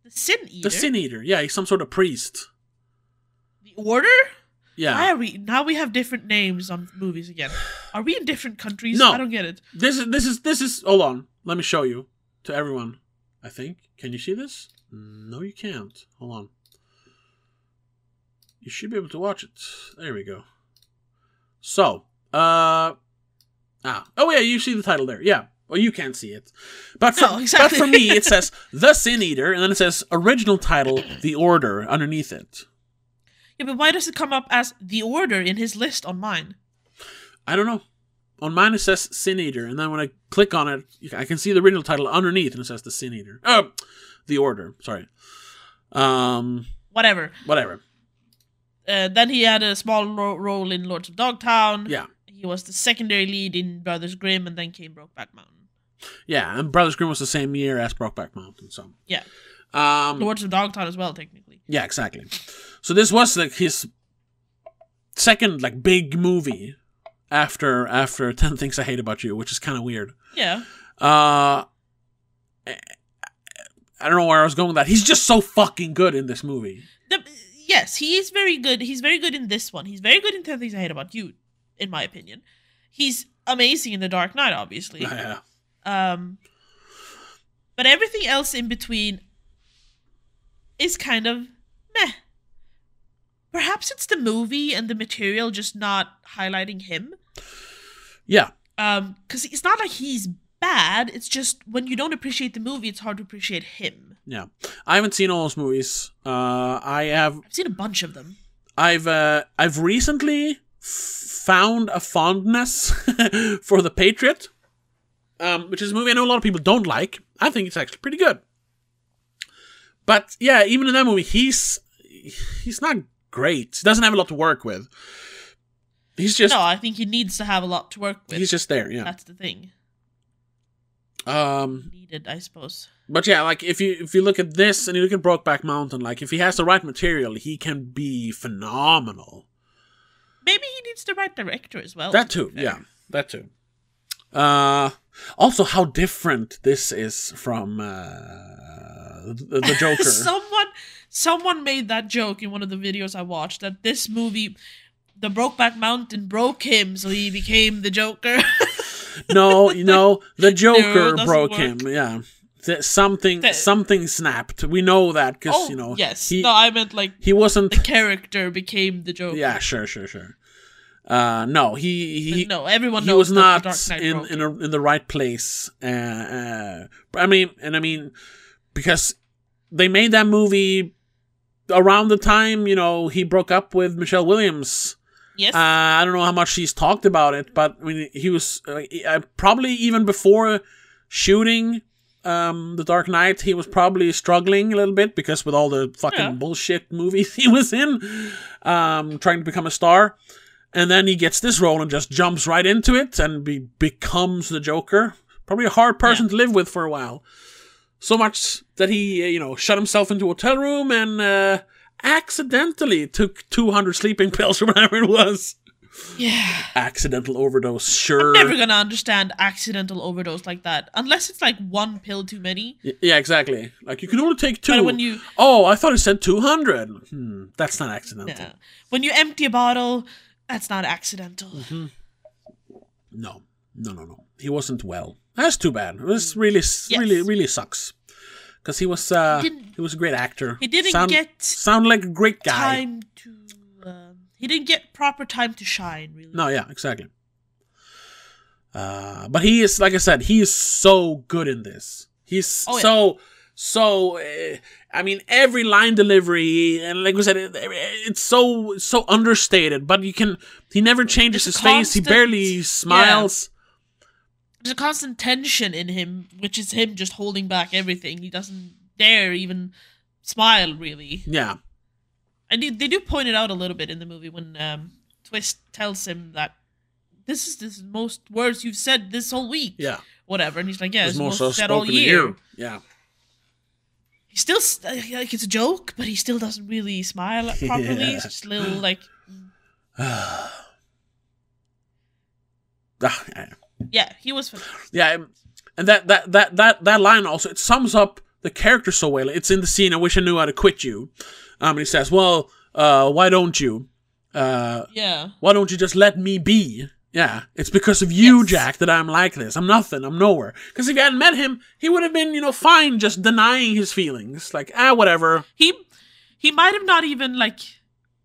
Speaker 2: The Sin Eater.
Speaker 1: The Sin Eater. Yeah, he's some sort of priest.
Speaker 2: The Order.
Speaker 1: Yeah.
Speaker 2: Why are we now? We have different names on movies again. Are we in different countries?
Speaker 1: No.
Speaker 2: I don't get it.
Speaker 1: This is this is this is. Hold on. Let me show you to everyone. I think. Can you see this? No, you can't. Hold on. You should be able to watch it. There we go. So, uh, ah, oh yeah, you see the title there. Yeah. Well, you can't see it, but for,
Speaker 2: No, exactly.
Speaker 1: but for me, it says "The Sin Eater," and then it says original title "The Order" underneath it.
Speaker 2: Yeah, but why does it come up as the Order in his list on mine?
Speaker 1: I don't know. On mine it says Sin Eater, and then when I click on it, you- I can see the original title underneath, and it says the Sin Eater. Oh, the Order. Sorry. Um,
Speaker 2: Whatever.
Speaker 1: whatever.
Speaker 2: Uh, then he had a small ro- role in Lords of Dogtown.
Speaker 1: Yeah,
Speaker 2: He was the secondary lead in Brothers Grimm, and then came Brokeback Mountain.
Speaker 1: yeah. And Brothers Grimm was the same year as Brokeback Mountain, so
Speaker 2: Yeah,
Speaker 1: um,
Speaker 2: Lords of Dogtown as well, technically.
Speaker 1: yeah, exactly. So this was like his second like big movie after after Ten Things I Hate About You, which is kind of weird.
Speaker 2: Yeah,
Speaker 1: Uh, I don't know where I was going with that. He's just so fucking good in this movie.
Speaker 2: The- yes, he is very good. He's very good in this one. He's very good in Ten Things I Hate About You, in my opinion. He's amazing in The Dark Knight, obviously.
Speaker 1: Yeah.
Speaker 2: Um, but everything else in between is kind of meh. Perhaps it's the movie and the material just not highlighting him.
Speaker 1: Yeah.
Speaker 2: Um, because it's not like he's bad. It's just when you don't appreciate the movie, it's hard to appreciate him.
Speaker 1: Yeah, I haven't seen all those movies. Uh, I have.
Speaker 2: I've seen a bunch of them.
Speaker 1: I've. Uh, I've recently f- found a fondness for The Patriot, um, which is a movie I know a lot of people don't like. I think it's actually pretty good. But yeah, even in that movie, he's he's not great. He doesn't have a lot to work with. He's just
Speaker 2: no, I think he needs to have a lot to work with.
Speaker 1: he's just there. Yeah.
Speaker 2: That's the thing.
Speaker 1: Um.
Speaker 2: Needed, I suppose.
Speaker 1: But yeah, like if you if you look at this and you look at Brokeback Mountain, like if he has the right material, he can be phenomenal.
Speaker 2: Maybe he needs the right director as well.
Speaker 1: That too,
Speaker 2: to be fair.
Speaker 1: yeah, that too. Uh, also, how different this is from uh, the, the Joker.
Speaker 2: someone someone made that joke in one of the videos I watched that this movie the Brokeback Mountain broke him, so he became the Joker.
Speaker 1: no, you know, the Joker
Speaker 2: doesn't
Speaker 1: broke
Speaker 2: work.
Speaker 1: him. Yeah, Th- something
Speaker 2: The-
Speaker 1: something snapped. We know that because
Speaker 2: Oh,
Speaker 1: you know
Speaker 2: yes.
Speaker 1: he
Speaker 2: no, I meant like
Speaker 1: he wasn't.
Speaker 2: the character became the Joker.
Speaker 1: Yeah, sure, sure, sure. Uh, no, he he
Speaker 2: no, everyone
Speaker 1: he was
Speaker 2: knows that the
Speaker 1: not
Speaker 2: Dark Knight
Speaker 1: in
Speaker 2: broke
Speaker 1: in,
Speaker 2: it.
Speaker 1: a, in the right place. Uh, uh, but I mean, and I mean, because they made that movie around the time you know he broke up with Michelle Williams.
Speaker 2: yes.
Speaker 1: Uh, I don't know how much he's talked about it, but I mean, he was uh, he- uh, probably even before shooting um, the Dark Knight, he was probably struggling a little bit because with all the fucking
Speaker 2: Yeah.
Speaker 1: bullshit movies he was in, um, trying to become a star, and then he gets this role and just jumps right into it and be- becomes the Joker. Probably a hard person to live with for a while. So much that he, uh, you know, shut himself into a hotel room and uh, accidentally took 200 sleeping pills or whatever it was.
Speaker 2: yeah.
Speaker 1: Accidental overdose, sure.
Speaker 2: Never gonna understand accidental overdose like that unless it's like one pill too many.
Speaker 1: Y- yeah, exactly. Like, you can only take two.
Speaker 2: But when you
Speaker 1: oh, I thought it said 200. Hmm, that's not accidental.
Speaker 2: yeah. when you empty a bottle, that's not accidental.
Speaker 1: Mm-hmm. No, no, no, no. He wasn't well. That's too bad. It was really, s
Speaker 2: Yes.
Speaker 1: really, really sucks. Because he was, uh,
Speaker 2: He
Speaker 1: he,
Speaker 2: didn't-
Speaker 1: was a great actor.
Speaker 2: he didn't
Speaker 1: Sound-
Speaker 2: get
Speaker 1: sound like a great guy.
Speaker 2: Time to um, he didn't get proper time to shine really.
Speaker 1: No, yeah, exactly. Uh, but he is, like I said, he is so good in this. He's
Speaker 2: Oh, yeah.
Speaker 1: so, so. Uh, I mean, every line delivery, and like we said, it, it's so so understated. But you can, he never changes his
Speaker 2: It's a
Speaker 1: face. He
Speaker 2: constant-
Speaker 1: barely smiles.
Speaker 2: There's a constant tension in him, which is him just holding back everything. He doesn't dare even smile really.
Speaker 1: Yeah,
Speaker 2: And they, they do point it out a little bit in the movie when um, Twist tells him that this is the most words you've said this whole week.
Speaker 1: yeah.
Speaker 2: Whatever. And he's like, yeah,
Speaker 1: There's
Speaker 2: it's
Speaker 1: more
Speaker 2: most
Speaker 1: so
Speaker 2: said all
Speaker 1: spoken to
Speaker 2: year.
Speaker 1: you. Yeah,
Speaker 2: He still, s- uh, like, it's a joke, but he still doesn't really smile properly.
Speaker 1: Yeah.
Speaker 2: It's just a little, like,
Speaker 1: Ah, yeah.
Speaker 2: yeah, he was. Fun.
Speaker 1: Yeah, um, and that that that that that line also it sums up the character so well. It's in the scene. I wish I knew how to quit you. Um, and he says, "Well, uh, why don't you? Uh,
Speaker 2: Yeah.
Speaker 1: why don't you just let me be?" Yeah, it's because of you,
Speaker 2: Yes.
Speaker 1: Jack, that I'm like this. I'm nothing. I'm nowhere. Because if you hadn't met him, he would have been, you know, fine just denying his feelings. Like, ah, whatever.
Speaker 2: He he might have not even, like,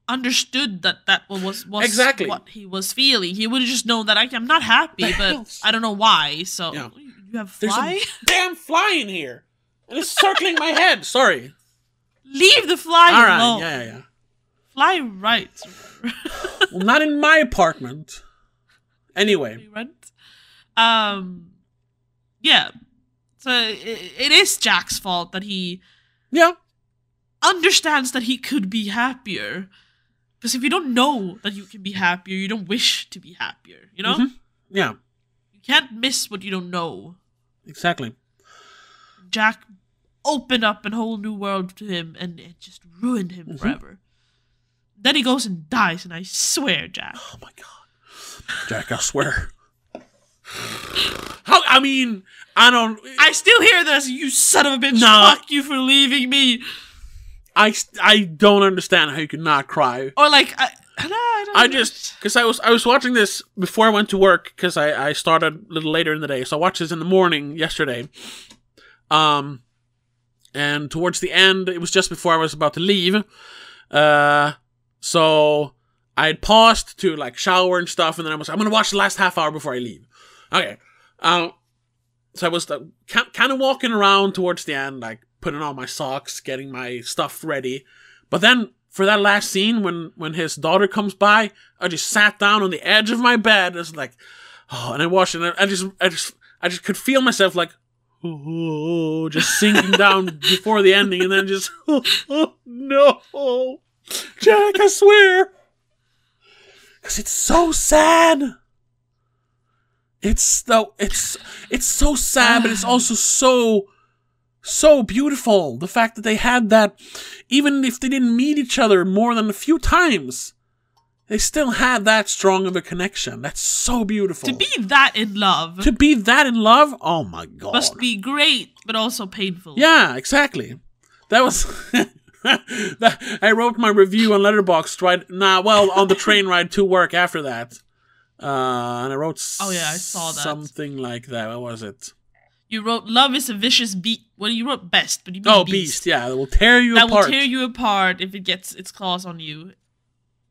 Speaker 2: understood that that was, was
Speaker 1: Exactly.
Speaker 2: what he was feeling. He would have just known that I, I'm not happy, but I don't know why. So,
Speaker 1: Yeah.
Speaker 2: you have
Speaker 1: There's
Speaker 2: fly?
Speaker 1: a damn fly in here. And it's circling my head. Sorry.
Speaker 2: Leave the fly
Speaker 1: All right.
Speaker 2: alone.
Speaker 1: Yeah, yeah, yeah.
Speaker 2: Fly right.
Speaker 1: Well, not in my apartment. Anyway.
Speaker 2: We rent. Um, yeah. So it, it is Jack's fault that he
Speaker 1: Yeah.
Speaker 2: understands that he could be happier. Because if you don't know that you can be happier, you don't wish to be happier. You know,
Speaker 1: Mhm. Yeah.
Speaker 2: you can't miss what you don't know.
Speaker 1: Exactly.
Speaker 2: Jack opened up a whole new world to him, and it just ruined him
Speaker 1: Mm-hmm.
Speaker 2: forever. Then he goes and dies, and I swear, Jack.
Speaker 1: Oh my god, Jack! I swear. How? I mean, I don't.
Speaker 2: I still hear this, you son of a bitch.
Speaker 1: No.
Speaker 2: Fuck you for leaving me.
Speaker 1: I I don't understand how you could not cry.
Speaker 2: Or like, I, no, I don't.
Speaker 1: I
Speaker 2: know.
Speaker 1: just because I was I was watching this before I went to work because I I started a little later in the day, so I watched this in the morning yesterday. Um, and towards the end, it was just before I was about to leave. Uh, so I had paused to like shower and stuff, and then I was I'm gonna watch the last half hour before I leave. Okay. Um, so I was uh, kind of walking around towards the end, like putting on my socks, getting my stuff ready. But then for that last scene, when when his daughter comes by, I just sat down on the edge of my bed. I was like, oh, and I watched it. And I just, I just, I just could feel myself like, oh, oh, oh, just sinking down before the ending, and then just, oh, oh, no, Jack, I swear, because it's so sad. It's so it's it's so sad, but it's also so so beautiful. The fact that they had that, even if they didn't meet each other more than a few times, they still had that strong of a connection. That's so beautiful.
Speaker 2: to be that in love
Speaker 1: to be that in love, oh my god.
Speaker 2: must be great, but also painful.
Speaker 1: Yeah, exactly. That was. that, I wrote my review on Letterboxd right now. well, on the train ride to work after that, uh, and I wrote. s-
Speaker 2: Oh, yeah, I saw that.
Speaker 1: Something like that. What was it?
Speaker 2: You wrote "Love is a vicious beast." Well, you wrote "best," but you mean
Speaker 1: Oh,
Speaker 2: beast.
Speaker 1: beast. Yeah, that will tear you
Speaker 2: that
Speaker 1: apart.
Speaker 2: will tear you apart if it gets its claws on you.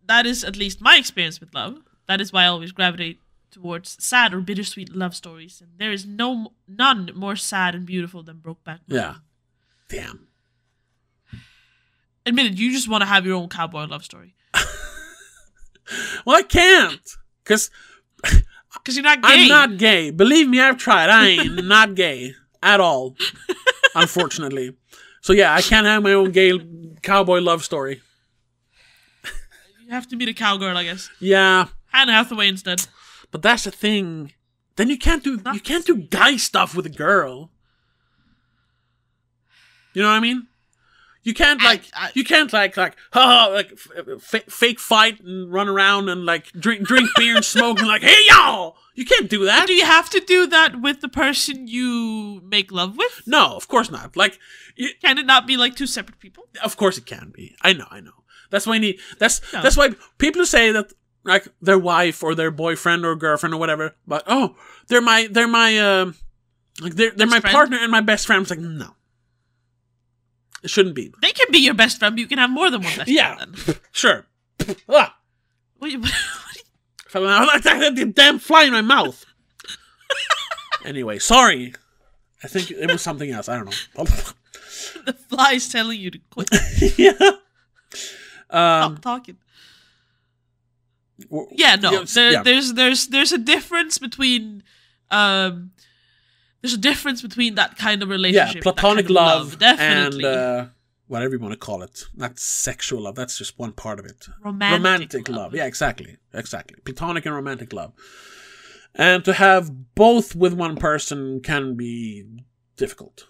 Speaker 2: That is at least my experience with love. That is why I always gravitate towards sad or bittersweet love stories. And there is no none more sad and beautiful than Brokeback. Mountain.
Speaker 1: Yeah. Damn.
Speaker 2: Admit it, you just want to have your own cowboy love story
Speaker 1: Well, I can't, cause
Speaker 2: because you're not gay.
Speaker 1: I'm not gay. Believe me, I've tried. I ain't not gay at all, unfortunately. So yeah, I can't have my own gay cowboy love story.
Speaker 2: You have to meet a cowgirl, I guess.
Speaker 1: Yeah,
Speaker 2: Anne Hathaway instead.
Speaker 1: but that's the thing. Then you can't do you can't do guy stuff with a girl. You know what I mean? You can't
Speaker 2: I-
Speaker 1: like
Speaker 2: I-
Speaker 1: you can't like like ha ha, like f- f- fake fight and run around and like drink drink beer and smoke and like hey y'all. You can't do that.
Speaker 2: Do you have to do that with the person you make love with?
Speaker 1: No, of course not. Like you,
Speaker 2: Can it not be like two separate people?
Speaker 1: Of course it can be. I know, I know. That's why I need that's
Speaker 2: No.
Speaker 1: that's why people who say that like their wife or their boyfriend or girlfriend or whatever, but oh, they're my they're my um like they're they're
Speaker 2: Best
Speaker 1: my
Speaker 2: friend?
Speaker 1: partner and my best friend. It's like no. It shouldn't be.
Speaker 2: They can be your best friend, but you can have more than one best
Speaker 1: Yeah.
Speaker 2: friend. Then.
Speaker 1: Sure. ah,
Speaker 2: What you-
Speaker 1: if I like the damn fly in my mouth. anyway, sorry. I think it was something else. I don't know.
Speaker 2: the fly is telling you to quit.
Speaker 1: yeah. Um,
Speaker 2: Stop talking.
Speaker 1: w-
Speaker 2: Yeah, no.
Speaker 1: yes,
Speaker 2: there,
Speaker 1: yeah.
Speaker 2: There's there's there's a difference between um there's a difference between that kind of
Speaker 1: yeah,
Speaker 2: relationship. that
Speaker 1: platonic
Speaker 2: kind of
Speaker 1: love,
Speaker 2: definitely.
Speaker 1: and uh, whatever you want to call it. Not sexual love. That's just one part of it.
Speaker 2: romantic,
Speaker 1: love. Yeah, exactly, exactly. Platonic and romantic love, and to have both with one person can be difficult.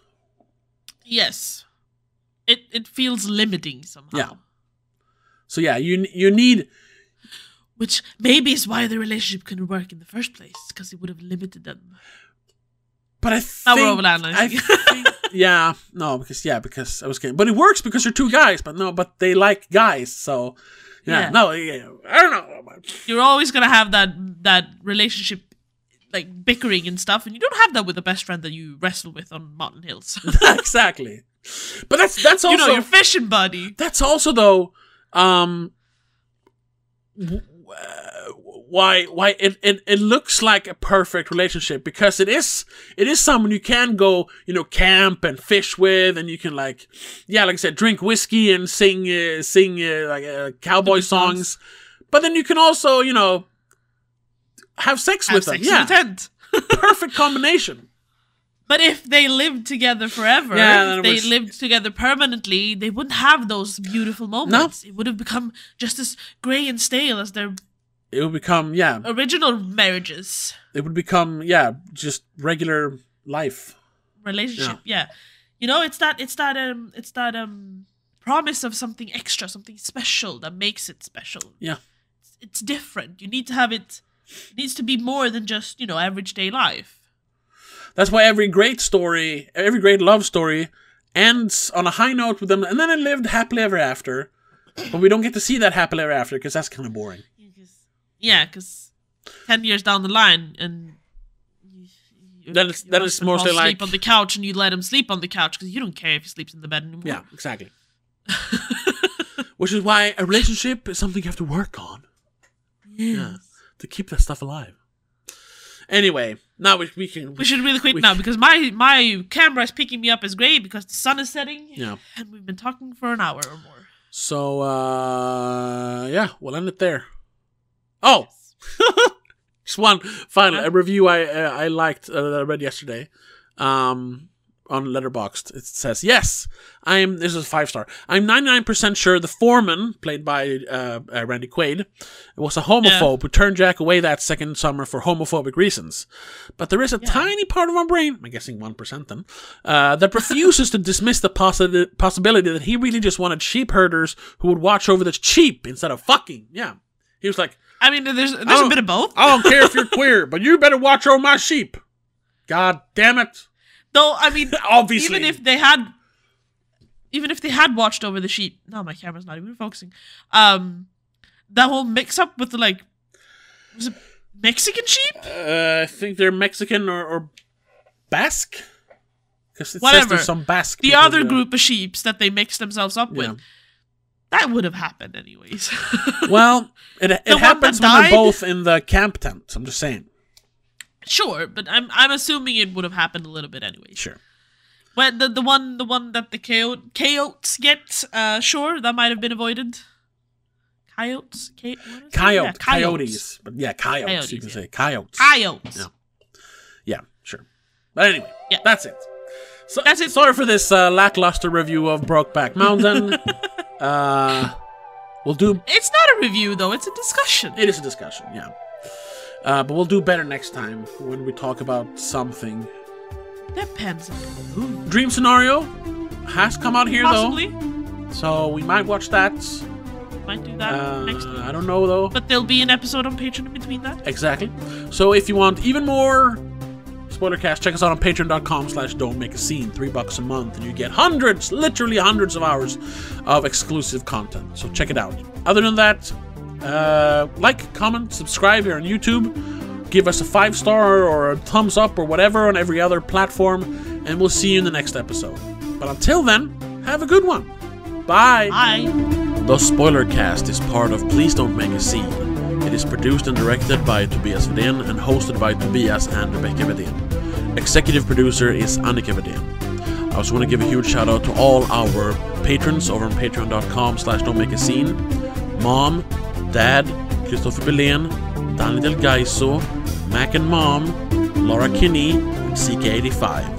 Speaker 2: Yes. It it feels limiting somehow.
Speaker 1: Yeah. So yeah, you you need
Speaker 2: Which maybe is why the relationship couldn't work in the first place, because it would have limited them.
Speaker 1: But I
Speaker 2: Now
Speaker 1: think,
Speaker 2: we're overanalyzing.
Speaker 1: I think- yeah, no, because yeah, because I was kidding. But it works because you're two guys. But no, but they like guys, so yeah,
Speaker 2: Yeah.
Speaker 1: no, yeah, I don't know.
Speaker 2: You're always gonna have that that relationship like bickering and stuff, and you don't have that with the best friend that you wrestle with on Mountain Hills.
Speaker 1: exactly. But that's that's also
Speaker 2: you know, your fishing buddy.
Speaker 1: that's also though, um, w- uh, why why it, it it looks like a perfect relationship because it is it is someone you can go you know camp and fish with and you can like yeah like I said drink whiskey and sing uh, sing uh, like uh, cowboy songs.
Speaker 2: songs.
Speaker 1: but then you can also you know have sex
Speaker 2: Have
Speaker 1: with
Speaker 2: sex
Speaker 1: them
Speaker 2: in the
Speaker 1: yeah
Speaker 2: tent.
Speaker 1: perfect combination
Speaker 2: But if they lived together forever,
Speaker 1: Yeah, then
Speaker 2: if
Speaker 1: it
Speaker 2: they
Speaker 1: was-
Speaker 2: lived together permanently, they wouldn't have those beautiful moments. It would have become just as grey and stale as their
Speaker 1: it will become yeah
Speaker 2: original marriages
Speaker 1: it would become yeah just regular life
Speaker 2: relationship. Yeah. You know, it's that it's that um it's that um promise of something extra, something special that makes it special.
Speaker 1: yeah
Speaker 2: It's, it's different. You need to have it it needs to be more than just, you know, average day life.
Speaker 1: that's why every great story every great love story ends on a high note with them and then it lived happily ever after but we don't get to see that happily ever after because that's kind of boring
Speaker 2: Yeah, 'cause yeah, 'cause ten years down the line, and you, you,
Speaker 1: Then it's-
Speaker 2: your
Speaker 1: then it's
Speaker 2: husband
Speaker 1: mostly
Speaker 2: falls asleep
Speaker 1: like-
Speaker 2: on the couch, and you let him sleep on the couch because you don't care if he sleeps in the bed anymore.
Speaker 1: yeah exactly which is why a relationship is something you have to work on
Speaker 2: Yes.
Speaker 1: to keep that stuff alive anyway now we, we can
Speaker 2: We should really quit
Speaker 1: We-
Speaker 2: now because my my camera is picking me up as grey because the sun is setting.
Speaker 1: Yeah.
Speaker 2: and we've been talking for an hour or more.
Speaker 1: so uh yeah we'll end it there oh Just one final a review I uh, I liked uh, that I read yesterday, um, on Letterboxd. It says yes, I am. This is five star. I'm 99% sure the foreman, played by uh, uh, Randy Quaid, was a homophobe who turned Jack away that second summer for homophobic reasons. But there is a tiny part of my brain, I'm guessing 1% then, uh, that refuses to dismiss the possi- possibility that he really just wanted sheep herders who would watch over the sheep instead of fucking. Yeah, he was like.
Speaker 2: I mean, there's there's
Speaker 1: don't-
Speaker 2: a bit of both.
Speaker 1: I don't care if you're queer, but you better watch over my sheep. God damn it.
Speaker 2: Though I mean,
Speaker 1: Obviously.
Speaker 2: even if they had, even if they had watched over the sheep. No, my camera's not even focusing. Um, that whole mix up with the like, was it Mexican sheep?
Speaker 1: Uh, I think they're Mexican or, or Basque. Because it says
Speaker 2: Whatever.
Speaker 1: there's some Basque.
Speaker 2: the
Speaker 1: people
Speaker 2: other
Speaker 1: there.
Speaker 2: group of sheeps that they mix themselves up
Speaker 1: Yeah.
Speaker 2: with. That would have happened anyways.
Speaker 1: Well, it, it
Speaker 2: that
Speaker 1: happens when they're
Speaker 2: died?
Speaker 1: both in the camp tent. I'm just saying.
Speaker 2: sure, but I'm I'm assuming it would have happened a little bit anyways.
Speaker 1: Sure.
Speaker 2: When the, the one the one that the coyote, coyotes get, uh, sure, that might have been avoided. Coyotes, coyote,
Speaker 1: Coyote, coyotes. But yeah, coyotes, you
Speaker 2: Coyotes,
Speaker 1: can
Speaker 2: yeah.
Speaker 1: say. Coyotes.
Speaker 2: Coyotes.
Speaker 1: Yeah. yeah, sure. But anyway,
Speaker 2: Yeah.
Speaker 1: that's it. So,
Speaker 2: That's it.
Speaker 1: Sorry for this uh, lackluster review of Brokeback Mountain. uh, we'll do.
Speaker 2: It's not a review though; it's a discussion.
Speaker 1: It is a discussion, yeah. Uh, but we'll do better next time when we talk about something.
Speaker 2: Depends on who.
Speaker 1: Dream Scenario has come out here
Speaker 2: Possibly
Speaker 1: though, so we might watch that.
Speaker 2: might do that
Speaker 1: Uh,
Speaker 2: next week.
Speaker 1: I don't know though.
Speaker 2: But there'll be an episode on Patreon in between that.
Speaker 1: Exactly. So if you want even more spoilercast, check us out on patreon.com slash don't make a scene. Three bucks a month, and you get hundreds, literally hundreds of hours of exclusive content. So check it out. Other than that, uh, like, comment, subscribe here on YouTube. Give us a five star or a thumbs up or whatever on every other platform, and we'll see you in the next episode. But until then, have a good one. Bye.
Speaker 2: Bye.
Speaker 1: The Spoilercast is part of Please Don't Make a Scene. It is produced and directed by Tobias Vedén and hosted by Tobias and Rebecca Vedén. Executive producer is Annika Vedén. I also want to give a huge shout out to all our patrons over on patreon.com slash don't make a scene. Mom, Dad, Christopher Belén, Danny Del Gaiso, Mac and Mom, Laura Kinney, and CK85.